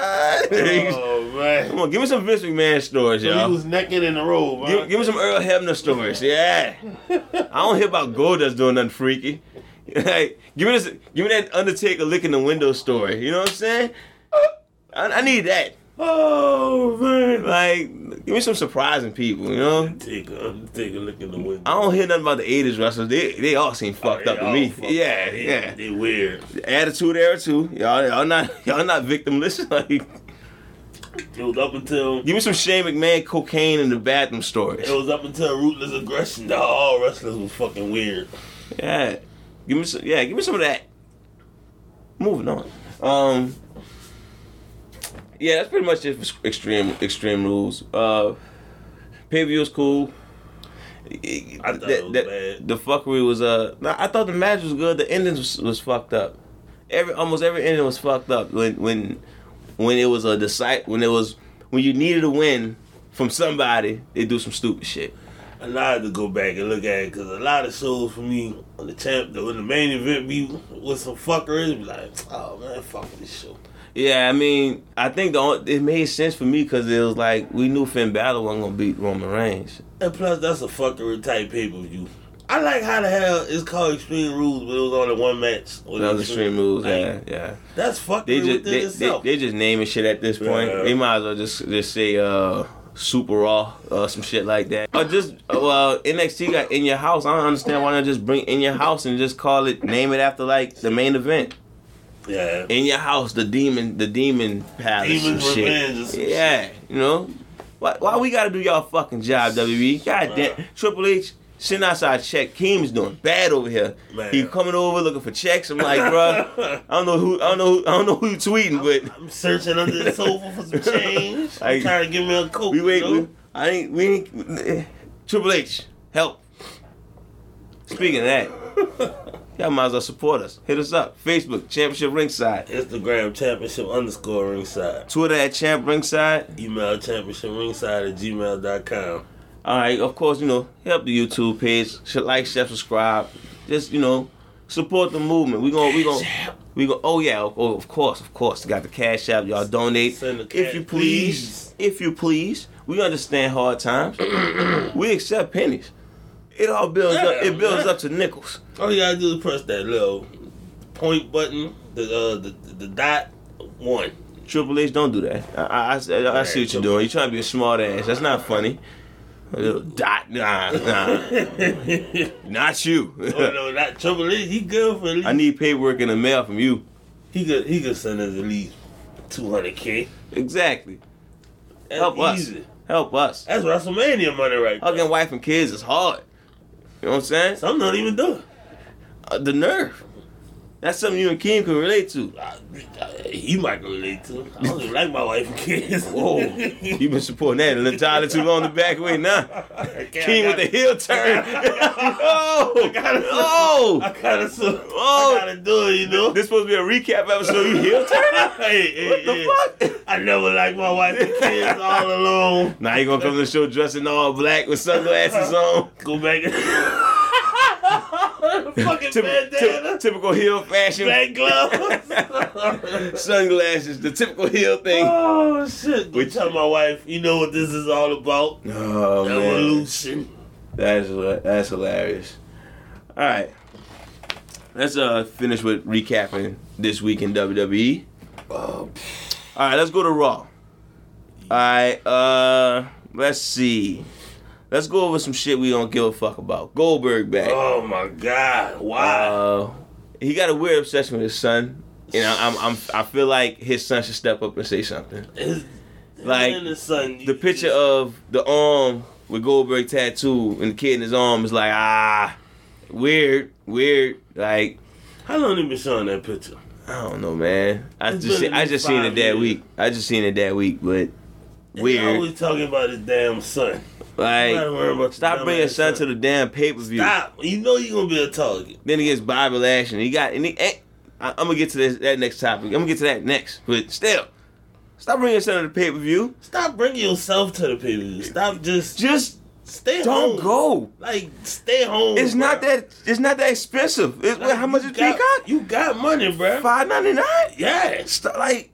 [SPEAKER 2] Oh man.
[SPEAKER 1] Come on, give me some Vince McMahon stories,
[SPEAKER 2] So he
[SPEAKER 1] y'all.
[SPEAKER 2] was naked in the robe, man.
[SPEAKER 1] Give, give me some Earl Hebner stories. Yeah. I don't hear about Goldust doing nothing freaky. Like, give me this, give me that Undertaker licking the window story. You know what I'm saying? I, I need that.
[SPEAKER 2] oh man.
[SPEAKER 1] Like, give me some surprising people. You know?
[SPEAKER 2] Take a take a look in the window.
[SPEAKER 1] I don't hear nothing about the '80s wrestlers. They they all seem fucked
[SPEAKER 2] Oh, They
[SPEAKER 1] up to
[SPEAKER 2] all
[SPEAKER 1] me.
[SPEAKER 2] fucked up.
[SPEAKER 1] Yeah,
[SPEAKER 2] They-
[SPEAKER 1] yeah.
[SPEAKER 2] They weird.
[SPEAKER 1] Attitude era too. Y'all y'all not y'all not victimless. Like,
[SPEAKER 2] It was up until
[SPEAKER 1] give me some Shane McMahon cocaine in the bathroom stories.
[SPEAKER 2] it was up until rootless aggression. That all wrestlers was fucking weird.
[SPEAKER 1] Yeah. Give me some yeah, give me some of that. Moving on. Um Yeah, that's pretty much it for s- extreme extreme rules. Uh pay per view was cool.
[SPEAKER 2] I thought it was bad.
[SPEAKER 1] The fuckery was uh nah, I thought the match was good, the ending was, was fucked up. Every almost every ending was fucked up when when when it was a decide when it was when you needed a win from somebody, they do some stupid shit.
[SPEAKER 2] And I had to go back and look at it because a lot of shows for me on the champ, when the main event be with some fuckers, be like, oh man, fuck this show.
[SPEAKER 1] Yeah, I mean, I think the only, it made sense for me because it was like we knew Finn Balor wasn't gonna beat Roman Reigns.
[SPEAKER 2] And plus, that's a fuckery type pay per view. I like how the hell it's called Extreme Rules, but it was only one match. with
[SPEAKER 1] That was extreme rules.
[SPEAKER 2] Like,
[SPEAKER 1] Yeah, yeah.
[SPEAKER 2] That's fuckery
[SPEAKER 1] They just
[SPEAKER 2] within
[SPEAKER 1] they, they,
[SPEAKER 2] itself.
[SPEAKER 1] they just naming shit at this point.
[SPEAKER 2] Yeah.
[SPEAKER 1] They might as well just just say uh Super Raw uh, some shit like that. Or just well NXT got in your house. I don't understand why not just bring in your house and just call it name it after like the main event.
[SPEAKER 2] yeah.
[SPEAKER 1] in your house, the demon, the demon palace,
[SPEAKER 2] Demon
[SPEAKER 1] and shit.
[SPEAKER 2] revenge or some
[SPEAKER 1] yeah, you know, why, why we gotta do y'all fucking job, WWE? God damn,
[SPEAKER 2] Man.
[SPEAKER 1] Triple H. Send us our check. Keem's doing bad over here.
[SPEAKER 2] Man.
[SPEAKER 1] He coming over looking for checks. I'm like, bruh, I don't know who, I don't know, who, I don't know who you tweeting, but
[SPEAKER 2] I'm searching under the sofa for some change. I'm
[SPEAKER 1] Like,
[SPEAKER 2] trying to give me a coke.
[SPEAKER 1] we wait.
[SPEAKER 2] you know?
[SPEAKER 1] We, I ain't. We ain't. Triple H, help. Speaking of that, y'all might as well support us. Hit us up. Facebook Championship Ringside.
[SPEAKER 2] Instagram championship underscore ringside.
[SPEAKER 1] Twitter at Champ Ringside.
[SPEAKER 2] Email championship ringside at gmail.com.
[SPEAKER 1] All right, of course, you know, help the YouTube page. Sh- Like, share, subscribe. Just, you know, support the movement. We going to we going to we going to oh yeah, of- oh, of course, of course. Got the cash app, y'all donate
[SPEAKER 2] Send the cash,
[SPEAKER 1] if you please, If you please. We understand hard times. we accept pennies. It all builds up.
[SPEAKER 2] Yeah,
[SPEAKER 1] It builds
[SPEAKER 2] man.
[SPEAKER 1] up to nickels.
[SPEAKER 2] All you gotta do is press that little point button, the uh, the, the, the dot one.
[SPEAKER 1] Triple H, don't do that. I, I, I, I see what you're doing. You're trying to be a smart ass. That's not funny. A little dot, nah, nah,
[SPEAKER 2] oh
[SPEAKER 1] not you.
[SPEAKER 2] no, not trouble. He he good for at least.
[SPEAKER 1] I need paperwork in the mail from you.
[SPEAKER 2] he could he could send us at least two hundred k.
[SPEAKER 1] Exactly.
[SPEAKER 2] That's
[SPEAKER 1] Help us.
[SPEAKER 2] easy.
[SPEAKER 1] Help us.
[SPEAKER 2] That's WrestleMania money right there.
[SPEAKER 1] Hugging wife and kids is hard. You know what I'm saying?
[SPEAKER 2] Some not even doing.
[SPEAKER 1] Uh, the nerve. That's something you and Kim can relate to.
[SPEAKER 2] I, I, he might relate to. I don't even like my wife and kids.
[SPEAKER 1] Whoa. You've been supporting that an entirely too long the back way now. Keem with the heel turn. oh!
[SPEAKER 2] gotta- I
[SPEAKER 1] Oh!
[SPEAKER 2] gotta, so,
[SPEAKER 1] Oh.
[SPEAKER 2] I gotta do it, you know.
[SPEAKER 1] This supposed to be a recap episode. You heel turn?
[SPEAKER 2] hey, hey,
[SPEAKER 1] What
[SPEAKER 2] hey.
[SPEAKER 1] the fuck?
[SPEAKER 2] I never liked my wife and kids all alone.
[SPEAKER 1] Now you gonna come to the show dressed in all black with sunglasses on.
[SPEAKER 2] Go back. Fucking
[SPEAKER 1] Typ-
[SPEAKER 2] bandana.
[SPEAKER 1] typ- typical heel fashion.
[SPEAKER 2] Black gloves.
[SPEAKER 1] Sunglasses, the typical heel thing.
[SPEAKER 2] oh shit! Go
[SPEAKER 1] Which-
[SPEAKER 2] tell my wife, you know what this is all about.
[SPEAKER 1] Oh,
[SPEAKER 2] Evolution.
[SPEAKER 1] That's that's hilarious. All right, let's uh finish with recapping this week in WWE.
[SPEAKER 2] Oh,
[SPEAKER 1] All right, let's go to Raw. All right, uh, let's see. Let's go over some shit we don't give a fuck about. Goldberg back.
[SPEAKER 2] oh my god! Wow.
[SPEAKER 1] Uh, he got a weird obsession with his son, and I, I'm, I'm I feel like his son should step up and say something.
[SPEAKER 2] His- him
[SPEAKER 1] like,
[SPEAKER 2] and his son, you
[SPEAKER 1] The picture of the arm with Goldberg tattoo and the kid in his arm is like ah, weird, weird, like.
[SPEAKER 2] just- how long they been showing that picture?
[SPEAKER 1] I don't know, man. I
[SPEAKER 2] It's
[SPEAKER 1] just
[SPEAKER 2] been
[SPEAKER 1] see,
[SPEAKER 2] at
[SPEAKER 1] I
[SPEAKER 2] least
[SPEAKER 1] just seen it
[SPEAKER 2] five
[SPEAKER 1] that
[SPEAKER 2] years.
[SPEAKER 1] week. I just seen it that week, but
[SPEAKER 2] They
[SPEAKER 1] weird.
[SPEAKER 2] always talking about his damn son. gotta worry about
[SPEAKER 1] Like,
[SPEAKER 2] your
[SPEAKER 1] stop
[SPEAKER 2] dumb
[SPEAKER 1] bringing
[SPEAKER 2] ass
[SPEAKER 1] son to
[SPEAKER 2] son.
[SPEAKER 1] the damn pay per view.
[SPEAKER 2] Stop. You know you gonna be a target.
[SPEAKER 1] Then he gets Bobby Lashley. He got and he. And, I, I'm gonna get to this, that next topic. I'm gonna get to that next, but still, stop bringing son to the pay per view.
[SPEAKER 2] Stop bringing yourself to the pay Stop just
[SPEAKER 1] Just
[SPEAKER 2] stay home.
[SPEAKER 1] don't go.
[SPEAKER 2] Like stay home.
[SPEAKER 1] It's not
[SPEAKER 2] bruh.
[SPEAKER 1] that. It's not that expensive. It's,
[SPEAKER 2] Like,
[SPEAKER 1] how much
[SPEAKER 2] you
[SPEAKER 1] is
[SPEAKER 2] got-
[SPEAKER 1] Peacock?
[SPEAKER 2] You got money, bro.
[SPEAKER 1] Five ninety nine.
[SPEAKER 2] Yes.
[SPEAKER 1] St- like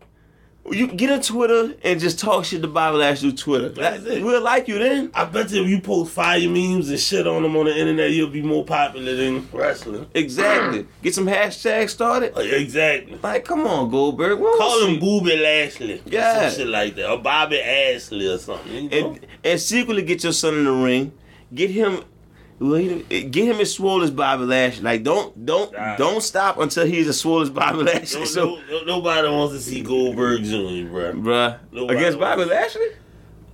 [SPEAKER 1] You get a Twitter and just talk shit to Bobby Lashley through Twitter.
[SPEAKER 2] That's
[SPEAKER 1] That-
[SPEAKER 2] it.
[SPEAKER 1] We'll like you then.
[SPEAKER 2] I bet you if you post fire memes and shit on them on the internet, you'll be more popular than wrestling. Mm.
[SPEAKER 1] Exactly. get some hashtags started.
[SPEAKER 2] Like, exactly.
[SPEAKER 1] Like, come on, Goldberg. We don't
[SPEAKER 2] Call him
[SPEAKER 1] see-
[SPEAKER 2] Booby Lashley.
[SPEAKER 1] Yeah.
[SPEAKER 2] Some shit like that. Or Bobby Ashley or something. you know?
[SPEAKER 1] and, and secretly get your son in the ring. Get him. well, he- Get him as swole as Bobby Lashley. Like don't don't
[SPEAKER 2] Nah.
[SPEAKER 1] don't stop until he's as swole as Bobby
[SPEAKER 2] No-
[SPEAKER 1] Lashley. So,
[SPEAKER 2] no- no- nobody wants to see Goldberg Jr., bro.
[SPEAKER 1] bruh,
[SPEAKER 2] No,
[SPEAKER 1] against
[SPEAKER 2] I don't-
[SPEAKER 1] Bobby Lashley,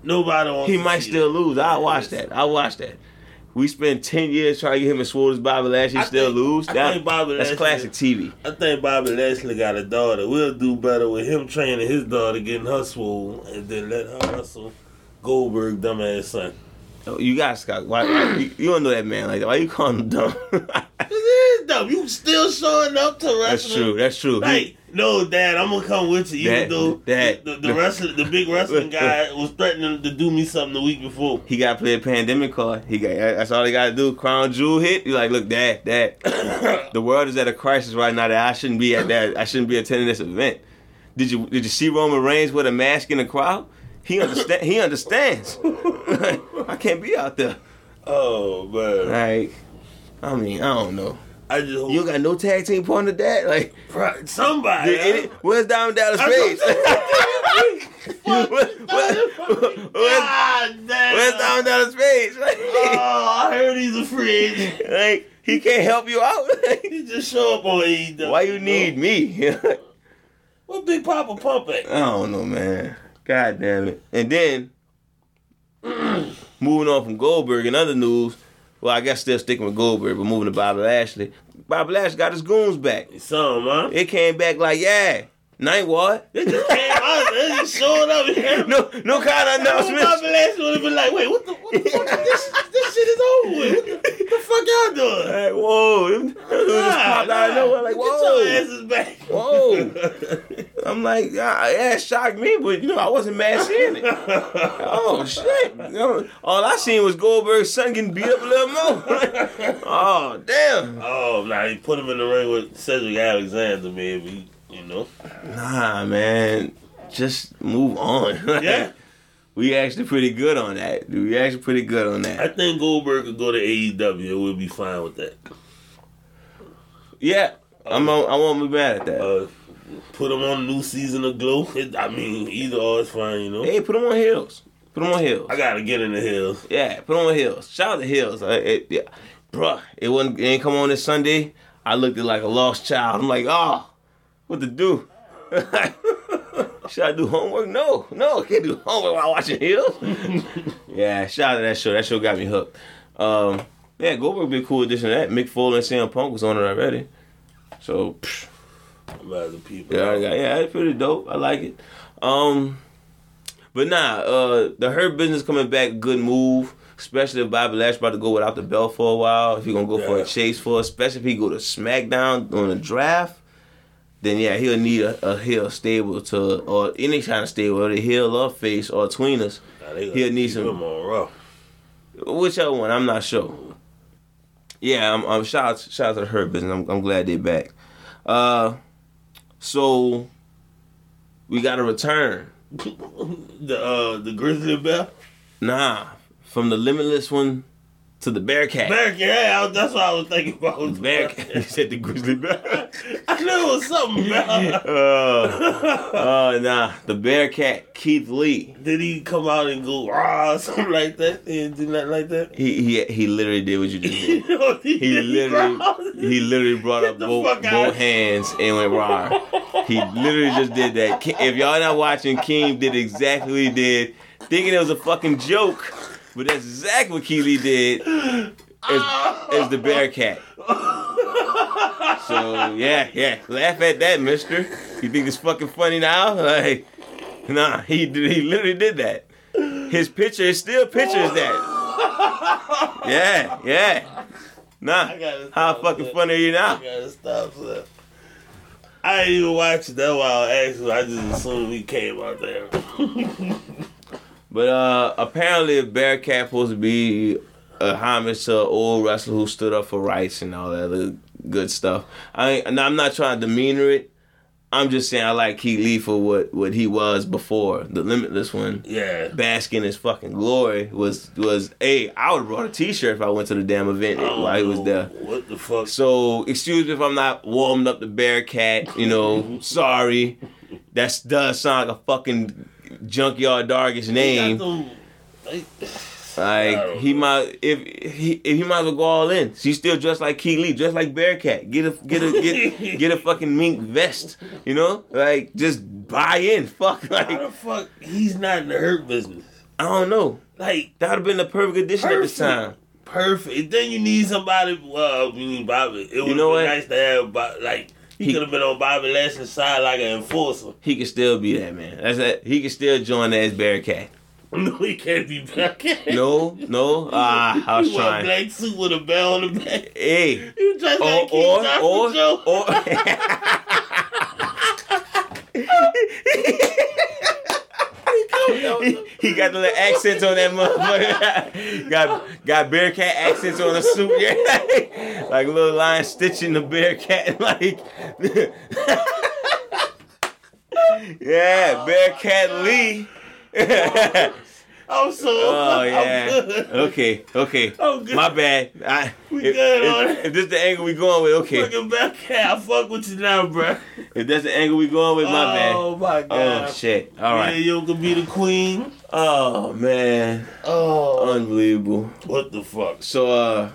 [SPEAKER 2] Nobody wants
[SPEAKER 1] he
[SPEAKER 2] to
[SPEAKER 1] might
[SPEAKER 2] see
[SPEAKER 1] still
[SPEAKER 2] that.
[SPEAKER 1] lose. I watch that. I watch that. We spent ten years trying to get him as swole as Bobby Lashley.
[SPEAKER 2] I
[SPEAKER 1] still
[SPEAKER 2] think-
[SPEAKER 1] lose.
[SPEAKER 2] I
[SPEAKER 1] That-
[SPEAKER 2] think Bobby
[SPEAKER 1] that's
[SPEAKER 2] Lashley-
[SPEAKER 1] classic TV.
[SPEAKER 2] I think Bobby Lashley got a daughter. We'll do better with him training his daughter, getting her swole, and then let her hustle Goldberg dumbass son.
[SPEAKER 1] Oh, You guys got why, why you, you don't know that man like that. Why you calling him dumb?
[SPEAKER 2] This is dumb. You still showing up to wrestling.
[SPEAKER 1] that's true. That's true. He-
[SPEAKER 2] Like, no, Dad, I'm gonna come with you.
[SPEAKER 1] That-
[SPEAKER 2] Even though
[SPEAKER 1] that-
[SPEAKER 2] the, the wrestler, the big wrestling guy, was threatening to do me something the week before.
[SPEAKER 1] He got to play a pandemic card. He got that's all he got to do. Crown jewel hit. You like, look, dad, dad. the world is at a crisis right now. That I shouldn't be at that. I shouldn't be attending this event. Did you did you see Roman Reigns with a mask in the crowd? He understand. he understands. I can't be out there.
[SPEAKER 2] Oh man,
[SPEAKER 1] Like, I mean, I don't know.
[SPEAKER 2] I just hope
[SPEAKER 1] You don't got no tag team partner, dad. Like,
[SPEAKER 2] Right, somebody.
[SPEAKER 1] did any- where's Diamond Dallas
[SPEAKER 2] I
[SPEAKER 1] Page?
[SPEAKER 2] Fuck,
[SPEAKER 1] Where- where- where's,
[SPEAKER 2] God damn.
[SPEAKER 1] where's Diamond Dallas Page? Like,
[SPEAKER 2] Oh, I heard he's a free agent.
[SPEAKER 1] like, he can't help you out.
[SPEAKER 2] He just show up on AEW.
[SPEAKER 1] Why you need me? I
[SPEAKER 2] What Big Papa Pump at?
[SPEAKER 1] don't know, man. God damn it. And then moving on from Goldberg and other news. Well, I guess still sticking with Goldberg, but moving to Bobby Lashley. Bobby Lashley got his goons back.
[SPEAKER 2] Some, huh?
[SPEAKER 1] It came back like, yeah, night what?
[SPEAKER 2] They just came out. They just showed up. Here.
[SPEAKER 1] No, no kind of
[SPEAKER 2] Bobby
[SPEAKER 1] announcement.
[SPEAKER 2] Lashley would have been like, wait, what the, what the fuck is this? This shit is over with. What the, the fuck y'all doing?
[SPEAKER 1] Like, whoa, them them dudes just popped out of nowhere. Like,
[SPEAKER 2] Get your
[SPEAKER 1] whoa,
[SPEAKER 2] asses back.
[SPEAKER 1] whoa. I'm like, yeah, yeah, it shocked me, but you know, I wasn't mad seeing it. Oh shit! No, All I seen was Goldberg's son getting beat up a little more. oh damn!
[SPEAKER 2] oh, nah, he put him in the ring with Cedric Alexander, maybe. You know?
[SPEAKER 1] Nah, man, just move on.
[SPEAKER 2] Yeah.
[SPEAKER 1] we actually pretty good on that. dude. We actually pretty good on
[SPEAKER 2] I
[SPEAKER 1] that.
[SPEAKER 2] think Goldberg could go to AEW. We'll be fine with that.
[SPEAKER 1] Yeah, I'm. on- I won't be mad at that.
[SPEAKER 2] Uh, put him on a new season of Glow. It, I mean, either or is fine, you know.
[SPEAKER 1] Hey, put them on heels. Put them on heels.
[SPEAKER 2] I gotta get in the hills.
[SPEAKER 1] Yeah, put on heels. Shout out to heels. I, it, yeah. Bruh, it wasn't. It ain't come on this Sunday. I looked at like a lost child. I'm like, oh, what to do? Should I do homework? No, no, I can't do homework while watching heels. yeah, shout out to that show. That show got me hooked. Um, yeah, Goldberg be a cool addition to that. Mick Foley and Sam Punk was on it already. So, psh,
[SPEAKER 2] By the people.
[SPEAKER 1] yeah, I got, yeah, it's pretty dope. I like it. Um, but nah, uh, the her business coming back, good move. Especially if Bobby Lash about to go without the belt for a while. If you're gonna go for
[SPEAKER 2] Yeah.
[SPEAKER 1] a chase for, especially if he go to SmackDown on a draft, then yeah, he'll need a, a heel stable to or any kind of stable, the heel or face or tweeners,
[SPEAKER 2] Nah, they gonna
[SPEAKER 1] He'll need
[SPEAKER 2] keep
[SPEAKER 1] some-
[SPEAKER 2] him on Raw.
[SPEAKER 1] whichever one. I'm not sure. Yeah, I'm. I'm shout out, shout out to her business. I'm, I'm glad they're back. Uh, so we got a return.
[SPEAKER 2] the uh, the Grizzly Bear.
[SPEAKER 1] Nah, from the limitless one to the Bearcat.
[SPEAKER 2] Bear, yeah, I- that's what I was thinking about.
[SPEAKER 1] Bearcat. you said the grizzly bear.
[SPEAKER 2] I knew it was something. Bear.
[SPEAKER 1] Oh, oh, nah, the Bearcat, Keith Lee.
[SPEAKER 2] Did he come out and go rah or something like that? He didn't do nothing like that.
[SPEAKER 1] He he he literally did what you just did.
[SPEAKER 2] he,
[SPEAKER 1] He literally he literally brought
[SPEAKER 2] Get
[SPEAKER 1] up
[SPEAKER 2] the
[SPEAKER 1] both
[SPEAKER 2] fuck out.
[SPEAKER 1] both hands and went raw. He literally just did that. Ke- If y'all not watching, Keem did exactly what he did, thinking it was a fucking joke. But that's exactly what Keith Lee did as, as the Bearcat. So yeah, yeah, laugh at that, Mister. You think it's fucking funny now? Like, nah, he did, he literally did that. His picture is still pictures that. Yeah, yeah. Nah,
[SPEAKER 2] I gotta
[SPEAKER 1] how
[SPEAKER 2] stop
[SPEAKER 1] fucking
[SPEAKER 2] that.
[SPEAKER 1] funny are you
[SPEAKER 2] I
[SPEAKER 1] now?
[SPEAKER 2] gotta stop, sir. I didn't even watch it. That's why I asked. you. I just assumed we came out there.
[SPEAKER 1] But uh apparently, a Bearcat supposed to be a homage to an old wrestler who stood up for rights and all that other good stuff. I ain't- and I'm not trying to demeanor it. I'm just saying I like Keith Lee for what what he was before the Limitless one.
[SPEAKER 2] Yeah.
[SPEAKER 1] Bask in his fucking glory was was hey I would have brought a T-shirt if I went to the damn event
[SPEAKER 2] I don't
[SPEAKER 1] while he was
[SPEAKER 2] know
[SPEAKER 1] there.
[SPEAKER 2] What the fuck?
[SPEAKER 1] So excuse me if I'm not warming up the Bearcat. You
[SPEAKER 2] Mm-hmm.
[SPEAKER 1] know, sorry. That does sound like a fucking junkyard dog's
[SPEAKER 2] He
[SPEAKER 1] name.
[SPEAKER 2] got them- they- I
[SPEAKER 1] Like
[SPEAKER 2] don't
[SPEAKER 1] he
[SPEAKER 2] know.
[SPEAKER 1] might if he if he might as well go all in. She's still dressed like Key Lee, dressed like Bearcat. Get a get a get get a fucking mink vest. You know, like just buy in. Fuck, like
[SPEAKER 2] How the fuck he's not in the hurt business?
[SPEAKER 1] I don't know.
[SPEAKER 2] Like
[SPEAKER 1] That would have been the perfect addition at this time.
[SPEAKER 2] Perfect. perfect. Then you need somebody. Well, you need Bobby. It would
[SPEAKER 1] know
[SPEAKER 2] know
[SPEAKER 1] what?
[SPEAKER 2] been nice to have Bobby. Like he,
[SPEAKER 1] He-
[SPEAKER 2] could have been on Bobby Lashley's side like an enforcer.
[SPEAKER 1] He could still be that man. That's that. He could still join as Bearcat.
[SPEAKER 2] No, he can't be black.
[SPEAKER 1] No, no. Ah, I was
[SPEAKER 2] he wore a
[SPEAKER 1] trying.
[SPEAKER 2] black suit with a bell on the back.
[SPEAKER 1] Hey,
[SPEAKER 2] You just
[SPEAKER 1] or
[SPEAKER 2] like King
[SPEAKER 1] or
[SPEAKER 2] Johnson
[SPEAKER 1] or
[SPEAKER 2] Joe.
[SPEAKER 1] or. he, he got the little accents on that motherfucker. got got bearcat accents on the suit, yeah. like a little line stitching the bearcat, like. yeah, bearcat Lee.
[SPEAKER 2] I'm so.
[SPEAKER 1] oh
[SPEAKER 2] I'm
[SPEAKER 1] yeah.
[SPEAKER 2] good.
[SPEAKER 1] Okay, okay.
[SPEAKER 2] I'm good.
[SPEAKER 1] My bad. I,
[SPEAKER 2] We
[SPEAKER 1] if,
[SPEAKER 2] good on
[SPEAKER 1] if,
[SPEAKER 2] it.
[SPEAKER 1] if this the angle we going with, okay.
[SPEAKER 2] Fucking back I fuck with you now, bro.
[SPEAKER 1] If that's the angle we going with, my bad.
[SPEAKER 2] Oh my god.
[SPEAKER 1] Oh shit. All
[SPEAKER 2] Yeah,
[SPEAKER 1] right.
[SPEAKER 2] you could be the queen.
[SPEAKER 1] Oh man,
[SPEAKER 2] Oh.
[SPEAKER 1] unbelievable.
[SPEAKER 2] What the fuck?
[SPEAKER 1] So uh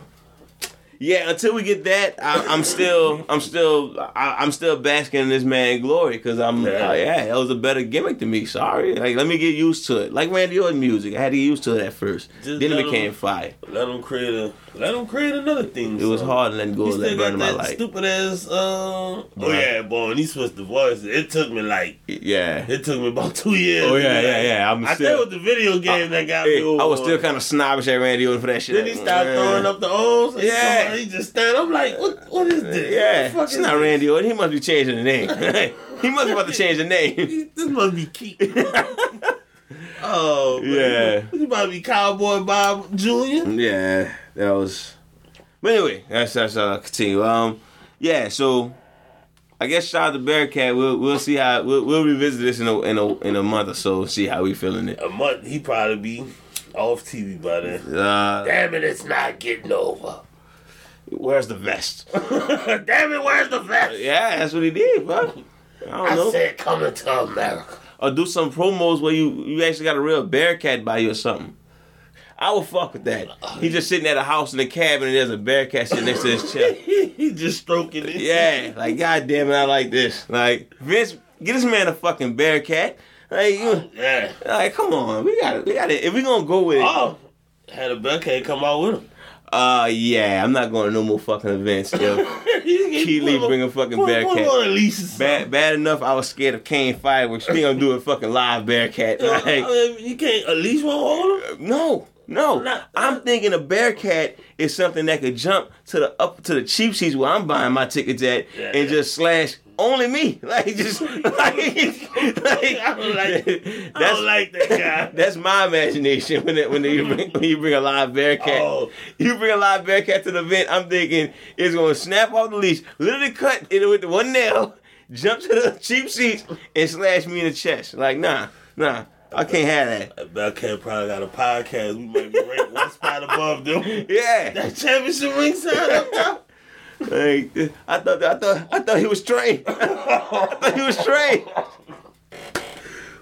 [SPEAKER 1] yeah, until we get that, I, I'm still, I'm still, I, I'm still basking in this man glory because I'm, yeah.
[SPEAKER 2] Yeah.
[SPEAKER 1] yeah, that was a better gimmick to me. Sorry, like let me get used to it. Like Randy Orton music, I had to get used to it at first.
[SPEAKER 2] Just
[SPEAKER 1] then it
[SPEAKER 2] let 'em-
[SPEAKER 1] became fire.
[SPEAKER 2] Let him create a. Let him create another thing.
[SPEAKER 1] It was
[SPEAKER 2] son.
[SPEAKER 1] hard to let go
[SPEAKER 2] He
[SPEAKER 1] of that
[SPEAKER 2] still
[SPEAKER 1] burn
[SPEAKER 2] got
[SPEAKER 1] in my
[SPEAKER 2] that
[SPEAKER 1] life.
[SPEAKER 2] stupid ass. Uh, oh
[SPEAKER 1] Right.
[SPEAKER 2] yeah, boy. When he switched the voice, it took me like
[SPEAKER 1] yeah.
[SPEAKER 2] it took me about two years.
[SPEAKER 1] Oh, yeah,
[SPEAKER 2] to be
[SPEAKER 1] yeah,
[SPEAKER 2] like-
[SPEAKER 1] yeah, I'm
[SPEAKER 2] I think
[SPEAKER 1] still- Ah,
[SPEAKER 2] it was the video game that got
[SPEAKER 1] Hey,
[SPEAKER 2] me. Over
[SPEAKER 1] I was still
[SPEAKER 2] on it.
[SPEAKER 1] kind of snobbish at Randy Orton for that shit.
[SPEAKER 2] Then he
[SPEAKER 1] Like,
[SPEAKER 2] started
[SPEAKER 1] man.
[SPEAKER 2] throwing up the arms. And
[SPEAKER 1] Yeah.
[SPEAKER 2] yeah, he just stand. I'm like, what? What is this?
[SPEAKER 1] Yeah,
[SPEAKER 2] What the fuck
[SPEAKER 1] it's
[SPEAKER 2] is
[SPEAKER 1] not
[SPEAKER 2] this?
[SPEAKER 1] Randy Orton. He must be changing the name. he must be about to change the name.
[SPEAKER 2] This must be Keith. oh man.
[SPEAKER 1] Yeah.
[SPEAKER 2] This about to be Cowboy Bob Jr.
[SPEAKER 1] yeah, that was. But anyway, that's that's uh continue. Um, yeah, so I guess shout out to Bearcat. We'll we'll see how we'll, we'll revisit this in a in a in a month or so. See how we feeling it.
[SPEAKER 2] A month he probably be off TV by then.
[SPEAKER 1] Uh,
[SPEAKER 2] Damn it, it's not getting over.
[SPEAKER 1] where's the vest?
[SPEAKER 2] Damn it, where's the vest?
[SPEAKER 1] yeah, that's what he did, bro. I
[SPEAKER 2] I
[SPEAKER 1] don't know.
[SPEAKER 2] said coming to America.
[SPEAKER 1] Or do some promos where you you actually got a real Bearcat by you or something. I would fuck with that. He's just sitting at a house in a cabin and there's a Bearcat sitting next to his chair.
[SPEAKER 2] he just stroking it.
[SPEAKER 1] Yeah, like god damn it, I like this. Like Vince, get this man a fucking Bearcat. Like you,
[SPEAKER 2] Yeah.
[SPEAKER 1] like come on, we got to we got to If we gonna go with it,
[SPEAKER 2] Oh. Had a Bearcat come out with him.
[SPEAKER 1] uh, yeah, I'm not going to no more fucking events. Yo.
[SPEAKER 2] Keely
[SPEAKER 1] Keely bring a fucking
[SPEAKER 2] Put
[SPEAKER 1] Bearcat.
[SPEAKER 2] him on a leash or something.
[SPEAKER 1] Bad, bad enough, I was scared of Kane fireworks. We gonna do a fucking live Bearcat.
[SPEAKER 2] I
[SPEAKER 1] Like,
[SPEAKER 2] mean, you can't. At least won't hold him.
[SPEAKER 1] no, no.
[SPEAKER 2] Not- uh,
[SPEAKER 1] I'm thinking a Bearcat is something that could jump to the up to the cheap seats where I'm buying my tickets at,
[SPEAKER 2] Yeah.
[SPEAKER 1] and just slash only me. Like just like, like
[SPEAKER 2] I don't like. I
[SPEAKER 1] That's-
[SPEAKER 2] don't like that guy.
[SPEAKER 1] That's my imagination when it, when you bring, when you bring a live bearcat.
[SPEAKER 2] Oh.
[SPEAKER 1] You bring a live bearcat to the event. I'm thinking it's gonna snap off the leash, literally cut it with one nail, jump to the cheap seats, and slash me in the chest. Like nah, nah, I can't have that.
[SPEAKER 2] Belcat probably got a podcast. We might be ranked one spot above them.
[SPEAKER 1] Yeah,
[SPEAKER 2] That championship ringside up there.
[SPEAKER 1] like I thought I thought I thought he was trained. I thought he was trained.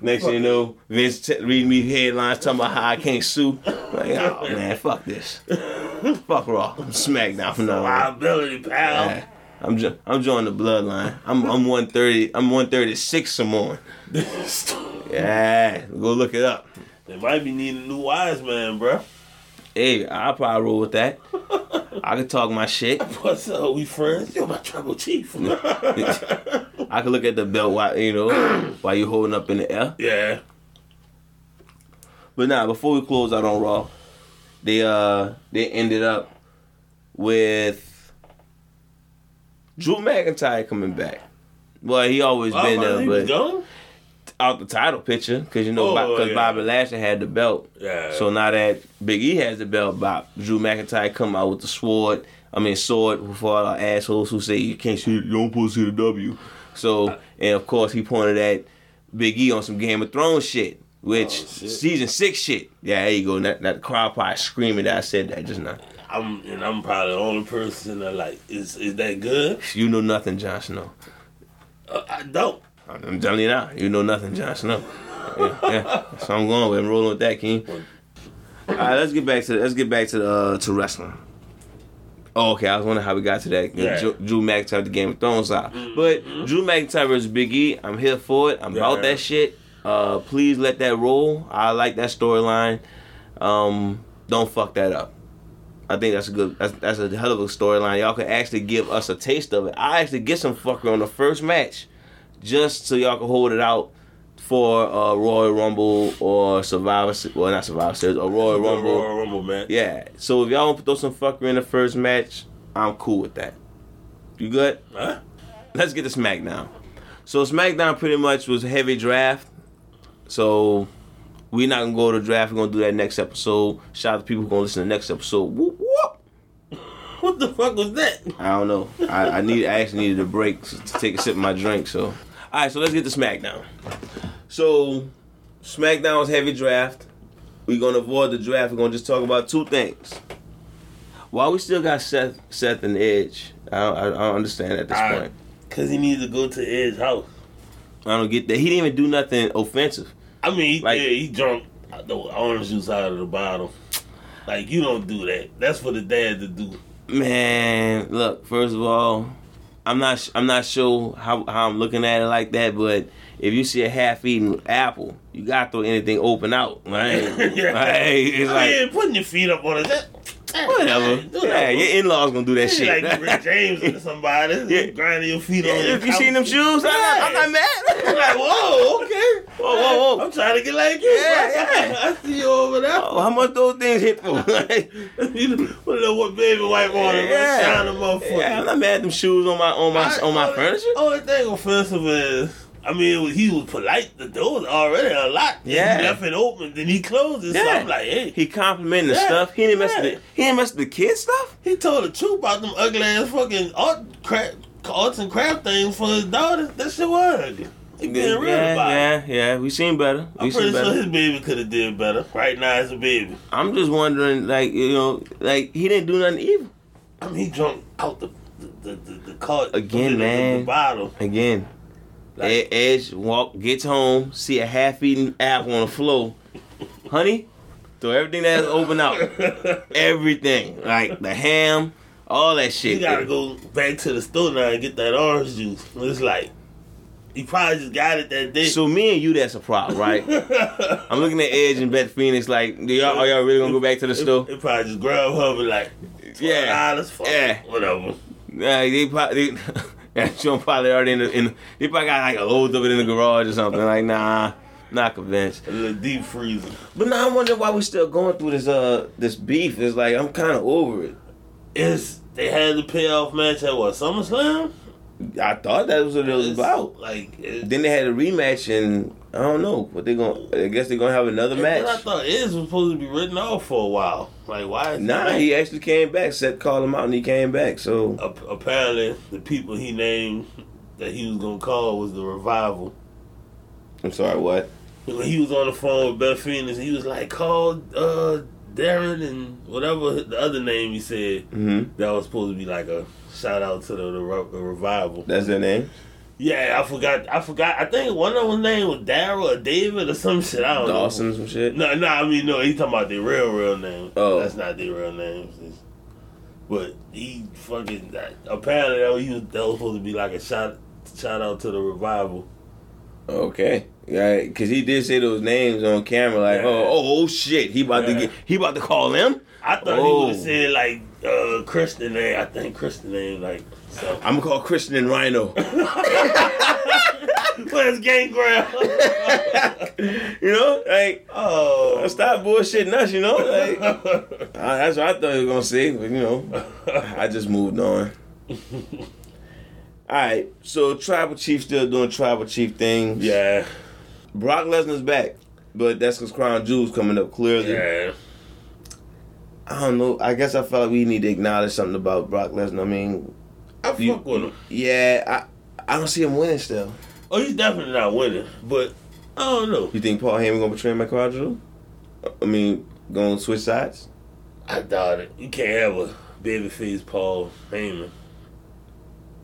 [SPEAKER 1] Next thing you know, Vince t- reading me headlines talking about how I can't sue. Like, oh man, fuck this. fuck Raw. I'm SmackDown from now on.
[SPEAKER 2] Liability, pal.
[SPEAKER 1] Yeah. I'm jo- I'm joining the bloodline. I'm I'm 130. I'm 136 some more. Yeah, go look it up.
[SPEAKER 2] They might be needing a new wise man, bro.
[SPEAKER 1] Hey, I probably roll with that. I can talk my shit.
[SPEAKER 2] What's up? We friends? You're my tribal chief.
[SPEAKER 1] I can look at the belt while you know while you holding up in the air.
[SPEAKER 2] yeah.
[SPEAKER 1] But nah, before we close out on Raw, they uh they ended up with Drew McIntyre coming back. Well, he always
[SPEAKER 2] Oh,
[SPEAKER 1] been
[SPEAKER 2] my
[SPEAKER 1] there,
[SPEAKER 2] name is
[SPEAKER 1] but
[SPEAKER 2] John?
[SPEAKER 1] out the title picture because you know
[SPEAKER 2] Oh,
[SPEAKER 1] because
[SPEAKER 2] yeah.
[SPEAKER 1] Bobby Lashley had the belt.
[SPEAKER 2] Yeah.
[SPEAKER 1] So now that Big E has the belt, Bob Drew McIntyre come out with the sword. I mean, sword for all our assholes who say you can't see, you don't supposed to see the W. So, and of course, he pointed at Big E on some Game of Thrones shit, which
[SPEAKER 2] Oh, shit.
[SPEAKER 1] season six shit. Yeah, there you go. That that crowd probably screaming that I said that just now.
[SPEAKER 2] I'm and I'm probably the only person that like is is that good?
[SPEAKER 1] You know nothing, Jon Snow.
[SPEAKER 2] Uh, I don't.
[SPEAKER 1] I'm telling you now, you know nothing, Jon Snow. Yeah, yeah. So I'm going with. I'm rolling with that, King. All right, let's get back to let's get back to the, uh, to wrestling. Oh, okay. I was wondering how we got to that.
[SPEAKER 2] Yeah. Mm-hmm.
[SPEAKER 1] Drew, Drew McIntyre, the Game of Thrones side, but Drew McIntyre versus Big E. I'm here for it. I'm about
[SPEAKER 2] Yeah.
[SPEAKER 1] that shit. Uh, please let that roll. I like that storyline. Um, don't fuck that up. I think that's a good. That's, that's a hell of a storyline. Y'all could actually give us a taste of it. I actually get some fucker on the first match, just so y'all can hold it out for uh, Royal Rumble or Survivor. Se- Well, not Survivor Series or Royal Rumble.
[SPEAKER 2] Royal Rumble, man.
[SPEAKER 1] Yeah. So if y'all want to throw some fucker in the first match, I'm cool with that. You good?
[SPEAKER 2] Huh?
[SPEAKER 1] Let's get to SmackDown. So SmackDown pretty much was a heavy draft. So we're not gonna go to draft. We're gonna do that next episode. Shout out to people who gonna listen to the next episode. Whoop whoop.
[SPEAKER 2] What the fuck was that?
[SPEAKER 1] I don't know. I, I need. I actually needed a break to take a sip of my drink. So, all right. So let's get to SmackDown. So, SmackDown's heavy draft. We're gonna avoid the draft. We're gonna just talk about two things. While we still got Seth, Seth and Edge, I don't, I don't understand at this
[SPEAKER 2] I-
[SPEAKER 1] point.
[SPEAKER 2] Cause he needs to go to Ed's house.
[SPEAKER 1] I don't get that. He didn't even do nothing offensive.
[SPEAKER 2] I mean, he,
[SPEAKER 1] Like-
[SPEAKER 2] yeah, he drunk the orange juice out of the bottle. Like you don't do that. That's for the dad to do.
[SPEAKER 1] Man, look. First of all, I'm not. sh- I'm not sure how, how I'm looking at it like that. But if you see a half-eaten apple, you got to throw anything open out. Right? Right? It's
[SPEAKER 2] I
[SPEAKER 1] like
[SPEAKER 2] mean, putting your feet up on it. That,
[SPEAKER 1] whatever.
[SPEAKER 2] Do that,
[SPEAKER 1] Yeah,
[SPEAKER 2] bro.
[SPEAKER 1] your in-laws gonna do that
[SPEAKER 2] It's
[SPEAKER 1] shit.
[SPEAKER 2] like Rick James or somebody
[SPEAKER 1] Yeah.
[SPEAKER 2] grinding your feet on.
[SPEAKER 1] if
[SPEAKER 2] your
[SPEAKER 1] you
[SPEAKER 2] couch.
[SPEAKER 1] seen them shoes, I'm, not, I'm not mad.
[SPEAKER 2] I'm like, whoa, okay.
[SPEAKER 1] Whoa, whoa, whoa.
[SPEAKER 2] I'm trying to get like you.
[SPEAKER 1] Yeah,
[SPEAKER 2] bro.
[SPEAKER 1] yeah.
[SPEAKER 2] I see you over there.
[SPEAKER 1] Oh, how much those things hit for?
[SPEAKER 2] you know, put it on what baby white water.
[SPEAKER 1] Yeah.
[SPEAKER 2] Yeah. Shine them motherfucker.
[SPEAKER 1] yeah, I'm not mad at them shoes on my on my
[SPEAKER 2] I-
[SPEAKER 1] on my
[SPEAKER 2] only-
[SPEAKER 1] furniture.
[SPEAKER 2] Only thing offensive is, I mean, it was- he was polite. The door was already unlocked.
[SPEAKER 1] Yeah.
[SPEAKER 2] He left it open, then he closed it. So
[SPEAKER 1] Yeah.
[SPEAKER 2] I'm like, hey, he,
[SPEAKER 1] He complimenting the
[SPEAKER 2] Yeah,
[SPEAKER 1] stuff. He didn't mess
[SPEAKER 2] yeah.
[SPEAKER 1] with the, he didn't mess with the kid stuff.
[SPEAKER 2] told the truth about them ugly ass fucking art crap, arts and craft things for his daughter. That shit was ugly. He being
[SPEAKER 1] Yeah,
[SPEAKER 2] real about it.
[SPEAKER 1] yeah, yeah. We seen better. We
[SPEAKER 2] I'm
[SPEAKER 1] seen
[SPEAKER 2] pretty
[SPEAKER 1] better.
[SPEAKER 2] sure his baby could have did better. Right now, it's a baby.
[SPEAKER 1] I'm just wondering, like you know, like he didn't do nothing evil.
[SPEAKER 2] I mean, he drunk out the the the, the car
[SPEAKER 1] Again,
[SPEAKER 2] the,
[SPEAKER 1] man.
[SPEAKER 2] The bottle.
[SPEAKER 1] Again,
[SPEAKER 2] Like-
[SPEAKER 1] Ed- Edge walk gets home, see a half-eaten apple on the floor, honey. Throw everything that's open out, everything like the ham, all that shit.
[SPEAKER 2] You gotta go back to the store now and get that orange juice. It's like he probably just got it that day.
[SPEAKER 1] So me and you, that's a problem, right? I'm looking at Edge and Beth Phoenix. Like, do y'all are y'all really gonna go back to the store?
[SPEAKER 2] It probably just grab her and be like,
[SPEAKER 1] Yeah,
[SPEAKER 2] "Ah, that's fuck,
[SPEAKER 1] Yeah.
[SPEAKER 2] whatever.
[SPEAKER 1] Like, they probably they, that joint probably already in the, in. They probably got like a load of it in the garage or something. Like, nah, not convinced.
[SPEAKER 2] A little deep freezer.
[SPEAKER 1] But now I wonder why we're still going through this uh this beef. It's like I'm kind of over it.
[SPEAKER 2] It's they had the payoff match at what SummerSlam.
[SPEAKER 1] I thought that was what it was
[SPEAKER 2] It's
[SPEAKER 1] about.
[SPEAKER 2] like it,
[SPEAKER 1] Then they had a rematch, and I don't know what they're gonna. I guess they're gonna have another
[SPEAKER 2] and I
[SPEAKER 1] match.
[SPEAKER 2] thought it was supposed to be written off for a while. Like why? Is
[SPEAKER 1] Nah,
[SPEAKER 2] that?
[SPEAKER 1] he actually came back. Seth called him out, and he came back. So
[SPEAKER 2] Ap- apparently the people he named that he was gonna call was the revival.
[SPEAKER 1] I'm sorry, what?
[SPEAKER 2] when he was on the phone with Beth Phoenix, he was like, call uh, Darren and whatever the other name he said.
[SPEAKER 1] hmm
[SPEAKER 2] That was supposed to be like a shout out to the, the, re- the revival.
[SPEAKER 1] That's their name.
[SPEAKER 2] Yeah, I forgot. I forgot. I think one of them name was Daryl or David or some shit. I don't
[SPEAKER 1] Dawson, some shit.
[SPEAKER 2] know. No, no. I mean, no. He talking about their real, real name.
[SPEAKER 1] Oh.
[SPEAKER 2] that's not their real names. It's- But he fucking that- apparently that was, he was, that was supposed to be like a shout shout out to the revival.
[SPEAKER 1] Okay. Yeah, cause he did say those names on camera, like,
[SPEAKER 2] Yeah.
[SPEAKER 1] oh, oh, oh, shit, he about
[SPEAKER 2] Yeah.
[SPEAKER 1] to get, he about to call him.
[SPEAKER 2] I thought
[SPEAKER 1] Oh.
[SPEAKER 2] he would have said like uh Christian name. I think Christian name like so.
[SPEAKER 1] I'm gonna call Christian and Rhino.
[SPEAKER 2] Where's Gangrel?
[SPEAKER 1] you know, like,
[SPEAKER 2] oh,
[SPEAKER 1] stop bullshitting us. You know, like, I, that's what I thought you were gonna say, but you know, I just moved on. All right, so Tribal Chief still doing Tribal Chief things.
[SPEAKER 2] yeah,
[SPEAKER 1] Brock Lesnar's back, but that's because Crown Jewel's coming up clearly.
[SPEAKER 2] yeah.
[SPEAKER 1] I don't know. I guess I felt like we need to acknowledge something about Brock Lesnar. I mean,
[SPEAKER 2] I fuck
[SPEAKER 1] you-
[SPEAKER 2] with him.
[SPEAKER 1] yeah, I I don't see him winning still.
[SPEAKER 2] Oh, he's definitely not winning, but I don't know.
[SPEAKER 1] You think Paul Heyman gonna betray Michelangelo? I mean, gonna switch sides?
[SPEAKER 2] I doubt it. You can't have a babyface Paul Heyman.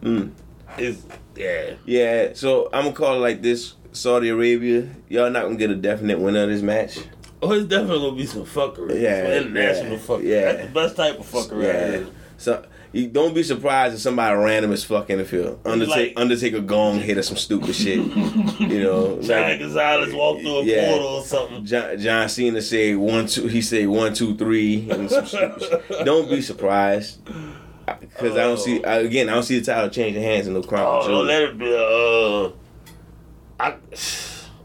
[SPEAKER 1] Mm.
[SPEAKER 2] It's yeah.
[SPEAKER 1] Yeah. So I'm gonna call it like this: Saudi Arabia, y'all not gonna get a definite winner of this match.
[SPEAKER 2] Oh, it's definitely gonna be some fuckery.
[SPEAKER 1] Yeah,
[SPEAKER 2] some international
[SPEAKER 1] yeah,
[SPEAKER 2] fuckery.
[SPEAKER 1] yeah.
[SPEAKER 2] That's the best type of fuckery. out
[SPEAKER 1] Yeah.
[SPEAKER 2] there.
[SPEAKER 1] So you don't be surprised if somebody random as fuck in the field. Undertaker,
[SPEAKER 2] Like-
[SPEAKER 1] Undertaker gong hit or some stupid shit. you know,
[SPEAKER 2] Johnny Gonzalez walked through a
[SPEAKER 1] Yeah.
[SPEAKER 2] portal or something.
[SPEAKER 1] John, John Cena say one two. He say one two three. And some stupid shit. Don't be surprised, because I
[SPEAKER 2] Oh.
[SPEAKER 1] don't see I, again. I don't see the title changing hands in no crown.
[SPEAKER 2] Oh,
[SPEAKER 1] jewel.
[SPEAKER 2] don't let it be. Uh, I,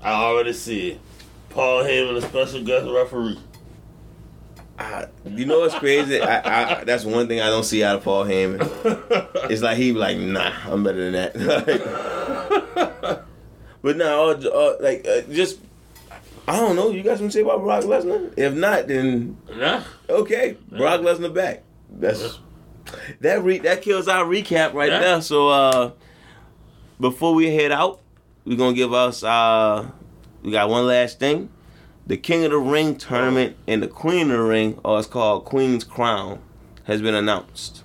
[SPEAKER 2] I already see it. Paul Heyman, a special guest referee.
[SPEAKER 1] I- you know what's crazy? I, I, that's one thing I don't see out of Paul Heyman. It's like he be like, nah, I'm better than that. but nah, all, all, like uh, just I don't know. You got something to say about Brock Lesnar? If not, then
[SPEAKER 2] nah,
[SPEAKER 1] okay, Brock Lesnar back. That's that re- that kills our recap right
[SPEAKER 2] Yeah.
[SPEAKER 1] there. So uh, before we head out, we're gonna give us uh, we got one last thing. The King of the Ring tournament and the Queen of the Ring, or it's called Queen's Crown, has been announced.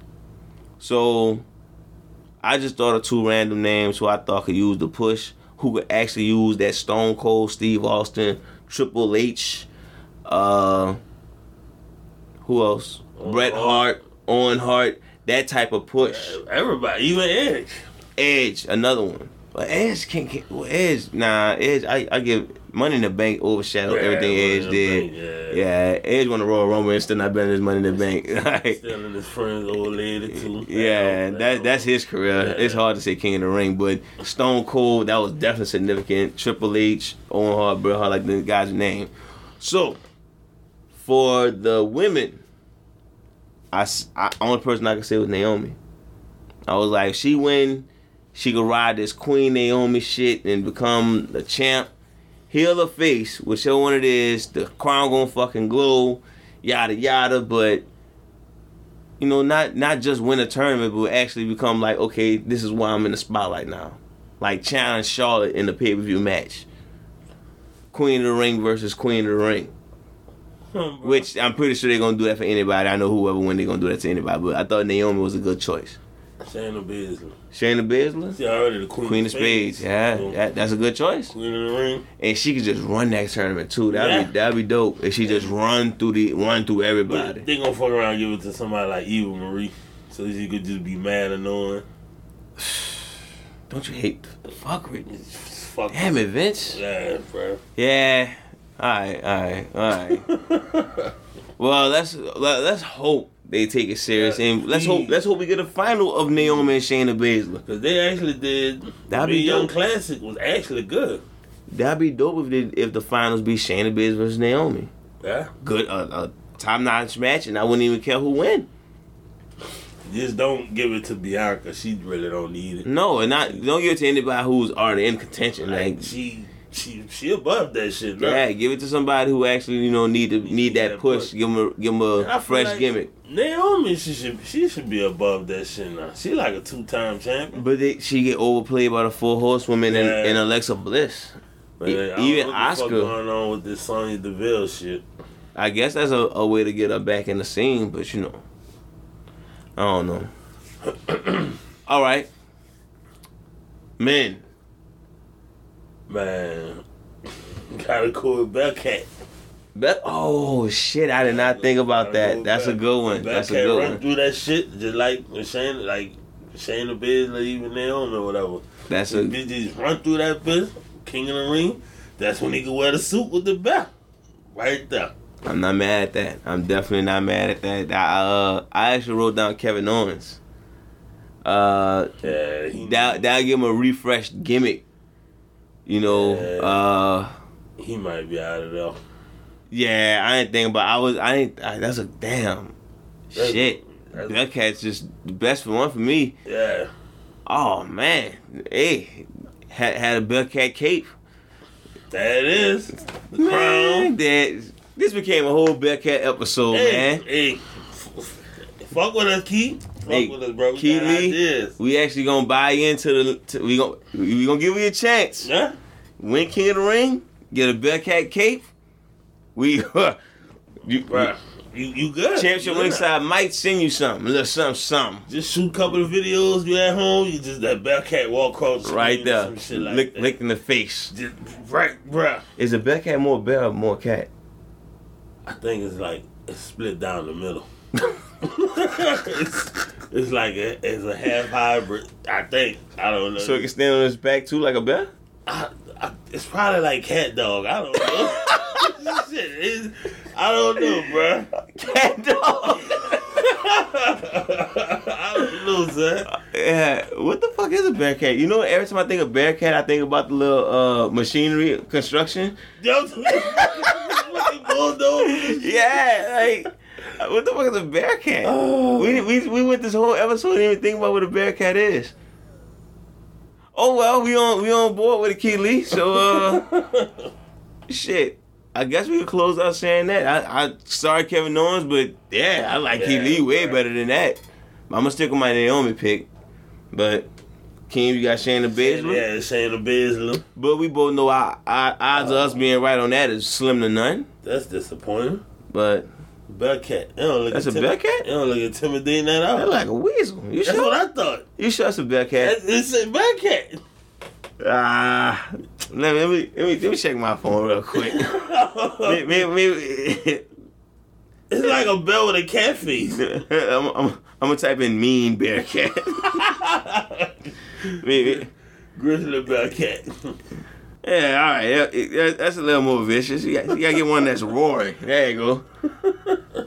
[SPEAKER 1] So I just thought of two random names who I thought could use the push, who could actually use that Stone Cold Steve Austin, Triple H, uh, who else? Bret Hart, Owen Hart, that type of push.
[SPEAKER 2] everybody, even Edge.
[SPEAKER 1] Edge, another one. But Edge can't get well, Edge. Nah, Edge. I, I give Money in the Bank overshadowed
[SPEAKER 2] Yeah,
[SPEAKER 1] everything
[SPEAKER 2] Money
[SPEAKER 1] Edge
[SPEAKER 2] in the
[SPEAKER 1] did.
[SPEAKER 2] Bank,
[SPEAKER 1] yeah. Edge won the Royal Rumble and still not better than Money in the Bank. Like,
[SPEAKER 2] Still in his friend's old lady too.
[SPEAKER 1] yeah, that that's his career.
[SPEAKER 2] Yeah.
[SPEAKER 1] It's hard to say King of the Ring, but Stone Cold that was definitely significant. Triple H, Owen Hart, Bret Hart, like the guy's name. So for the women, I, s- I- only person I could say was Naomi. I was like, if she win, she could ride this Queen Naomi shit and become the champ. Heel or face, whichever one it is, the crown gonna fucking glow, yada yada. But you know, not not just win a tournament, but actually become like, okay, this is why I'm in the spotlight now. Like challenge Charlotte in the pay per view match. Queen of the Ring versus Queen of the Ring.
[SPEAKER 2] Which
[SPEAKER 1] Which I'm pretty sure they're gonna do that for anybody. I know whoever win they're gonna do that to anybody. But I thought Naomi was a good choice.
[SPEAKER 2] Shayna Baszler.
[SPEAKER 1] Shayna Baszler,
[SPEAKER 2] She already the queen,
[SPEAKER 1] Queen of Spades. Yeah, that, that's a good choice.
[SPEAKER 2] Queen of the ring.
[SPEAKER 1] And she could just run that tournament too. That'd
[SPEAKER 2] Yeah.
[SPEAKER 1] be that'd be dope. If she just run through the run through
[SPEAKER 2] But
[SPEAKER 1] everybody.
[SPEAKER 2] they gonna fuck around and give it to somebody like Eva Marie, so she could just be mad annoying.
[SPEAKER 1] Don't you hate the fuckery?
[SPEAKER 2] Fuck.
[SPEAKER 1] Damn it, Vince.
[SPEAKER 2] Yeah, bro.
[SPEAKER 1] Yeah. Alright, alright, alright. Well, let's let- let's hope they take it serious,
[SPEAKER 2] Yeah,
[SPEAKER 1] and let's hope
[SPEAKER 2] please.
[SPEAKER 1] let's hope we get a final of Naomi and Shayna Baszler.
[SPEAKER 2] Cause they actually did.
[SPEAKER 1] That'd be
[SPEAKER 2] the Young
[SPEAKER 1] dope.
[SPEAKER 2] Classic was actually good.
[SPEAKER 1] That'd be dope if they, if the finals be Shayna Baszler versus Naomi.
[SPEAKER 2] Yeah.
[SPEAKER 1] Good, a uh, top notch match, and I wouldn't even care who win.
[SPEAKER 2] Just don't give it to Bianca. She really don't need it.
[SPEAKER 1] No, and not don't give it to anybody who's already in contention. Mm, Like,
[SPEAKER 2] Like she, she, she above that shit. Now.
[SPEAKER 1] yeah, give it to somebody who actually you know need to need that
[SPEAKER 2] that
[SPEAKER 1] push.
[SPEAKER 2] push.
[SPEAKER 1] Give them a, give 'em
[SPEAKER 2] And I
[SPEAKER 1] a
[SPEAKER 2] feel
[SPEAKER 1] fresh
[SPEAKER 2] like
[SPEAKER 1] gimmick.
[SPEAKER 2] Naomi, she should, she should be above that shit now. She like a two time champion.
[SPEAKER 1] But they, she get overplayed by the four horsewomen and,
[SPEAKER 2] Yeah.
[SPEAKER 1] and Alexa Bliss.
[SPEAKER 2] Man, I don't
[SPEAKER 1] even
[SPEAKER 2] know what the fuck
[SPEAKER 1] Oscar-
[SPEAKER 2] going on with this Sonya Deville shit.
[SPEAKER 1] I guess that's a, a way to get her back in the scene, but you know, I don't know. All right, men.
[SPEAKER 2] Man, gotta call Bellcat.
[SPEAKER 1] But oh shit, I did not think about that. That's a good one.
[SPEAKER 2] Bellcat
[SPEAKER 1] That's a
[SPEAKER 2] run
[SPEAKER 1] good one.
[SPEAKER 2] through that shit just like when Shane, like Shayna Baszler, even Naomi or whatever.
[SPEAKER 1] That's
[SPEAKER 2] The
[SPEAKER 1] a
[SPEAKER 2] bitch just run through that bitch, King of the Ring. That's when he can wear the suit with the belt, right there.
[SPEAKER 1] I'm not mad at that. I'm definitely not mad at that. I uh I actually wrote down Kevin Owens. Uh
[SPEAKER 2] Yeah, he,
[SPEAKER 1] that that'll give him a refreshed gimmick. You know,
[SPEAKER 2] Yeah.
[SPEAKER 1] uh
[SPEAKER 2] he might be out of there.
[SPEAKER 1] Yeah, I didn't think about. I was. I didn't. I, that's a damn
[SPEAKER 2] That's-
[SPEAKER 1] shit.
[SPEAKER 2] that's-
[SPEAKER 1] That cat's just the best for one for me.
[SPEAKER 2] Yeah,
[SPEAKER 1] Oh man, hey, had had a Bellcat cape.
[SPEAKER 2] that is the
[SPEAKER 1] Man,
[SPEAKER 2] crown.
[SPEAKER 1] that This became a whole Bearcat episode,
[SPEAKER 2] Hey,
[SPEAKER 1] Oh, man.
[SPEAKER 2] hey, f- f- fuck with us, Key. Fuck
[SPEAKER 1] Hey,
[SPEAKER 2] with us, bro. We
[SPEAKER 1] Key
[SPEAKER 2] got
[SPEAKER 1] Lee.
[SPEAKER 2] ideas.
[SPEAKER 1] We actually gonna buy into the. To, we gonna we gonna give you a chance.
[SPEAKER 2] Yeah.
[SPEAKER 1] Win King of the Ring. Get a Bearcat cape. We. you,
[SPEAKER 2] Bruh, you, you good. You
[SPEAKER 1] Championship
[SPEAKER 2] good now.
[SPEAKER 1] Ringside might send you something, a little something, something.
[SPEAKER 2] Just shoot a couple of videos. You at home. You just that Bearcat walk across the
[SPEAKER 1] Right
[SPEAKER 2] screen or
[SPEAKER 1] there.
[SPEAKER 2] Some shit like
[SPEAKER 1] lick,
[SPEAKER 2] that.
[SPEAKER 1] lick in the face.
[SPEAKER 2] Just, right, bruh.
[SPEAKER 1] Is a bear cat more bear or more cat?
[SPEAKER 2] I think it's like it's split down the middle. it's, it's like a, it's a half hybrid. I think. I don't know.
[SPEAKER 1] So it can stand on its back too like a bear?
[SPEAKER 2] I, I, it's probably like cat dog. I don't know. Shit, it's, I don't know, bruh.
[SPEAKER 1] Cat dog!
[SPEAKER 2] I don't know, son.
[SPEAKER 1] yeah, what the fuck is a bear cat? You know, every time I think of bear cat, I think about the little uh, machinery construction.
[SPEAKER 2] Yo, fucking bulldogs.
[SPEAKER 1] Yeah, like, what the fuck is a bear cat?
[SPEAKER 2] Oh.
[SPEAKER 1] We, we, we went this whole episode and didn't even think about what a bear cat is. Oh well, we on we on board with a Key Lee, so uh shit. I guess we could close out saying that. I, I sorry Kevin Owens, but yeah, I like Keith
[SPEAKER 2] Yeah,
[SPEAKER 1] Lee way
[SPEAKER 2] right.
[SPEAKER 1] better than that. I'm gonna stick with my Naomi pick, but King, you got Shayna Baszler.
[SPEAKER 2] yeah, Shayna Baszler.
[SPEAKER 1] But we both know our, our
[SPEAKER 2] Uh,
[SPEAKER 1] odds of us being right on that is slim to none.
[SPEAKER 2] That's disappointing.
[SPEAKER 1] But
[SPEAKER 2] Bearcat. It don't look
[SPEAKER 1] That's a
[SPEAKER 2] intimi-
[SPEAKER 1] Bearcat?
[SPEAKER 2] It don't look intimidating at all.
[SPEAKER 1] they're like a weasel. You
[SPEAKER 2] That's
[SPEAKER 1] sure?
[SPEAKER 2] what I thought.
[SPEAKER 1] you sure that's a bear cat?
[SPEAKER 2] That's, it's a Bearcat.
[SPEAKER 1] Ah, let me, let me let me let me check my phone real quick. May- may- may-
[SPEAKER 2] it's like a bell with a cat face.
[SPEAKER 1] I'm, I'm, I'm gonna type in mean bear cat. Maybe.
[SPEAKER 2] Grizzly Bearcat.
[SPEAKER 1] Yeah, all right. Yeah, it- that- that's a little more vicious. You got, you gotta get one that's roaring. There you go.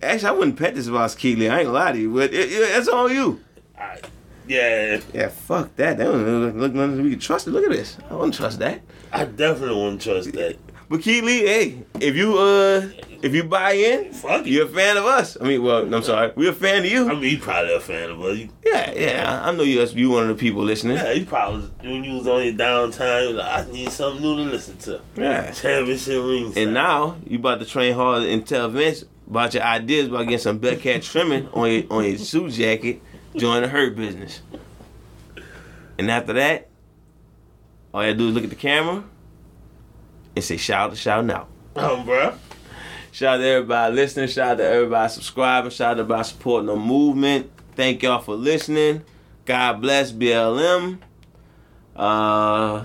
[SPEAKER 1] Actually, I wouldn't pet this if I was Keely. I ain't gonna lie to you, but it, it- that's on you.
[SPEAKER 2] I, yeah,
[SPEAKER 1] Yeah, fuck that. That don't look, look nothing we can trust. It. Look at this. I wouldn't trust that.
[SPEAKER 2] I definitely wouldn't trust that.
[SPEAKER 1] But Keely, hey, if you uh, if you buy in,
[SPEAKER 2] Fuck it.
[SPEAKER 1] you're a fan of us. I mean, well, I'm sorry, we're a fan of
[SPEAKER 2] I
[SPEAKER 1] you.
[SPEAKER 2] mean, he probably a fan of us.
[SPEAKER 1] Yeah, yeah. I I know you. that's- You one of the people listening.
[SPEAKER 2] Yeah, he probably was, when you was on your downtime, you was like, I need something new to listen to.
[SPEAKER 1] Yeah.
[SPEAKER 2] Championship rings.
[SPEAKER 1] And now you about to train hard and tell Vince about your ideas about getting some Bearcat trimming on your on your suit jacket, join the hurt business. And after that, all you do is look at the camera and say shout out, shout out.
[SPEAKER 2] um, bro.
[SPEAKER 1] Shout out to everybody listening. Shout out to everybody subscribing. Shout out to everybody supporting the movement. Thank y'all for listening. God bless BLM. Uh,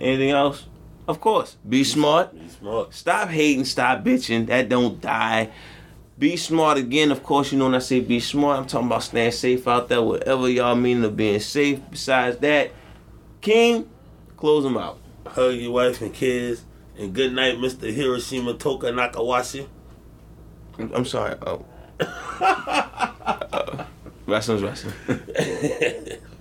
[SPEAKER 1] anything else? Of course. Be smart.
[SPEAKER 2] Be smart.
[SPEAKER 1] Stop hating, stop bitching. That don't die. Be smart again. Of course, you know when I say be smart, I'm talking about staying safe out there, whatever y'all mean of being safe. Besides that, King, close them out.
[SPEAKER 2] Hug your wife and kids. And good night, Mr. Hiroshima Toka Nakawashi.
[SPEAKER 1] I'm I'm uh, sorry. Oh. Uh, wrestling's wrestling.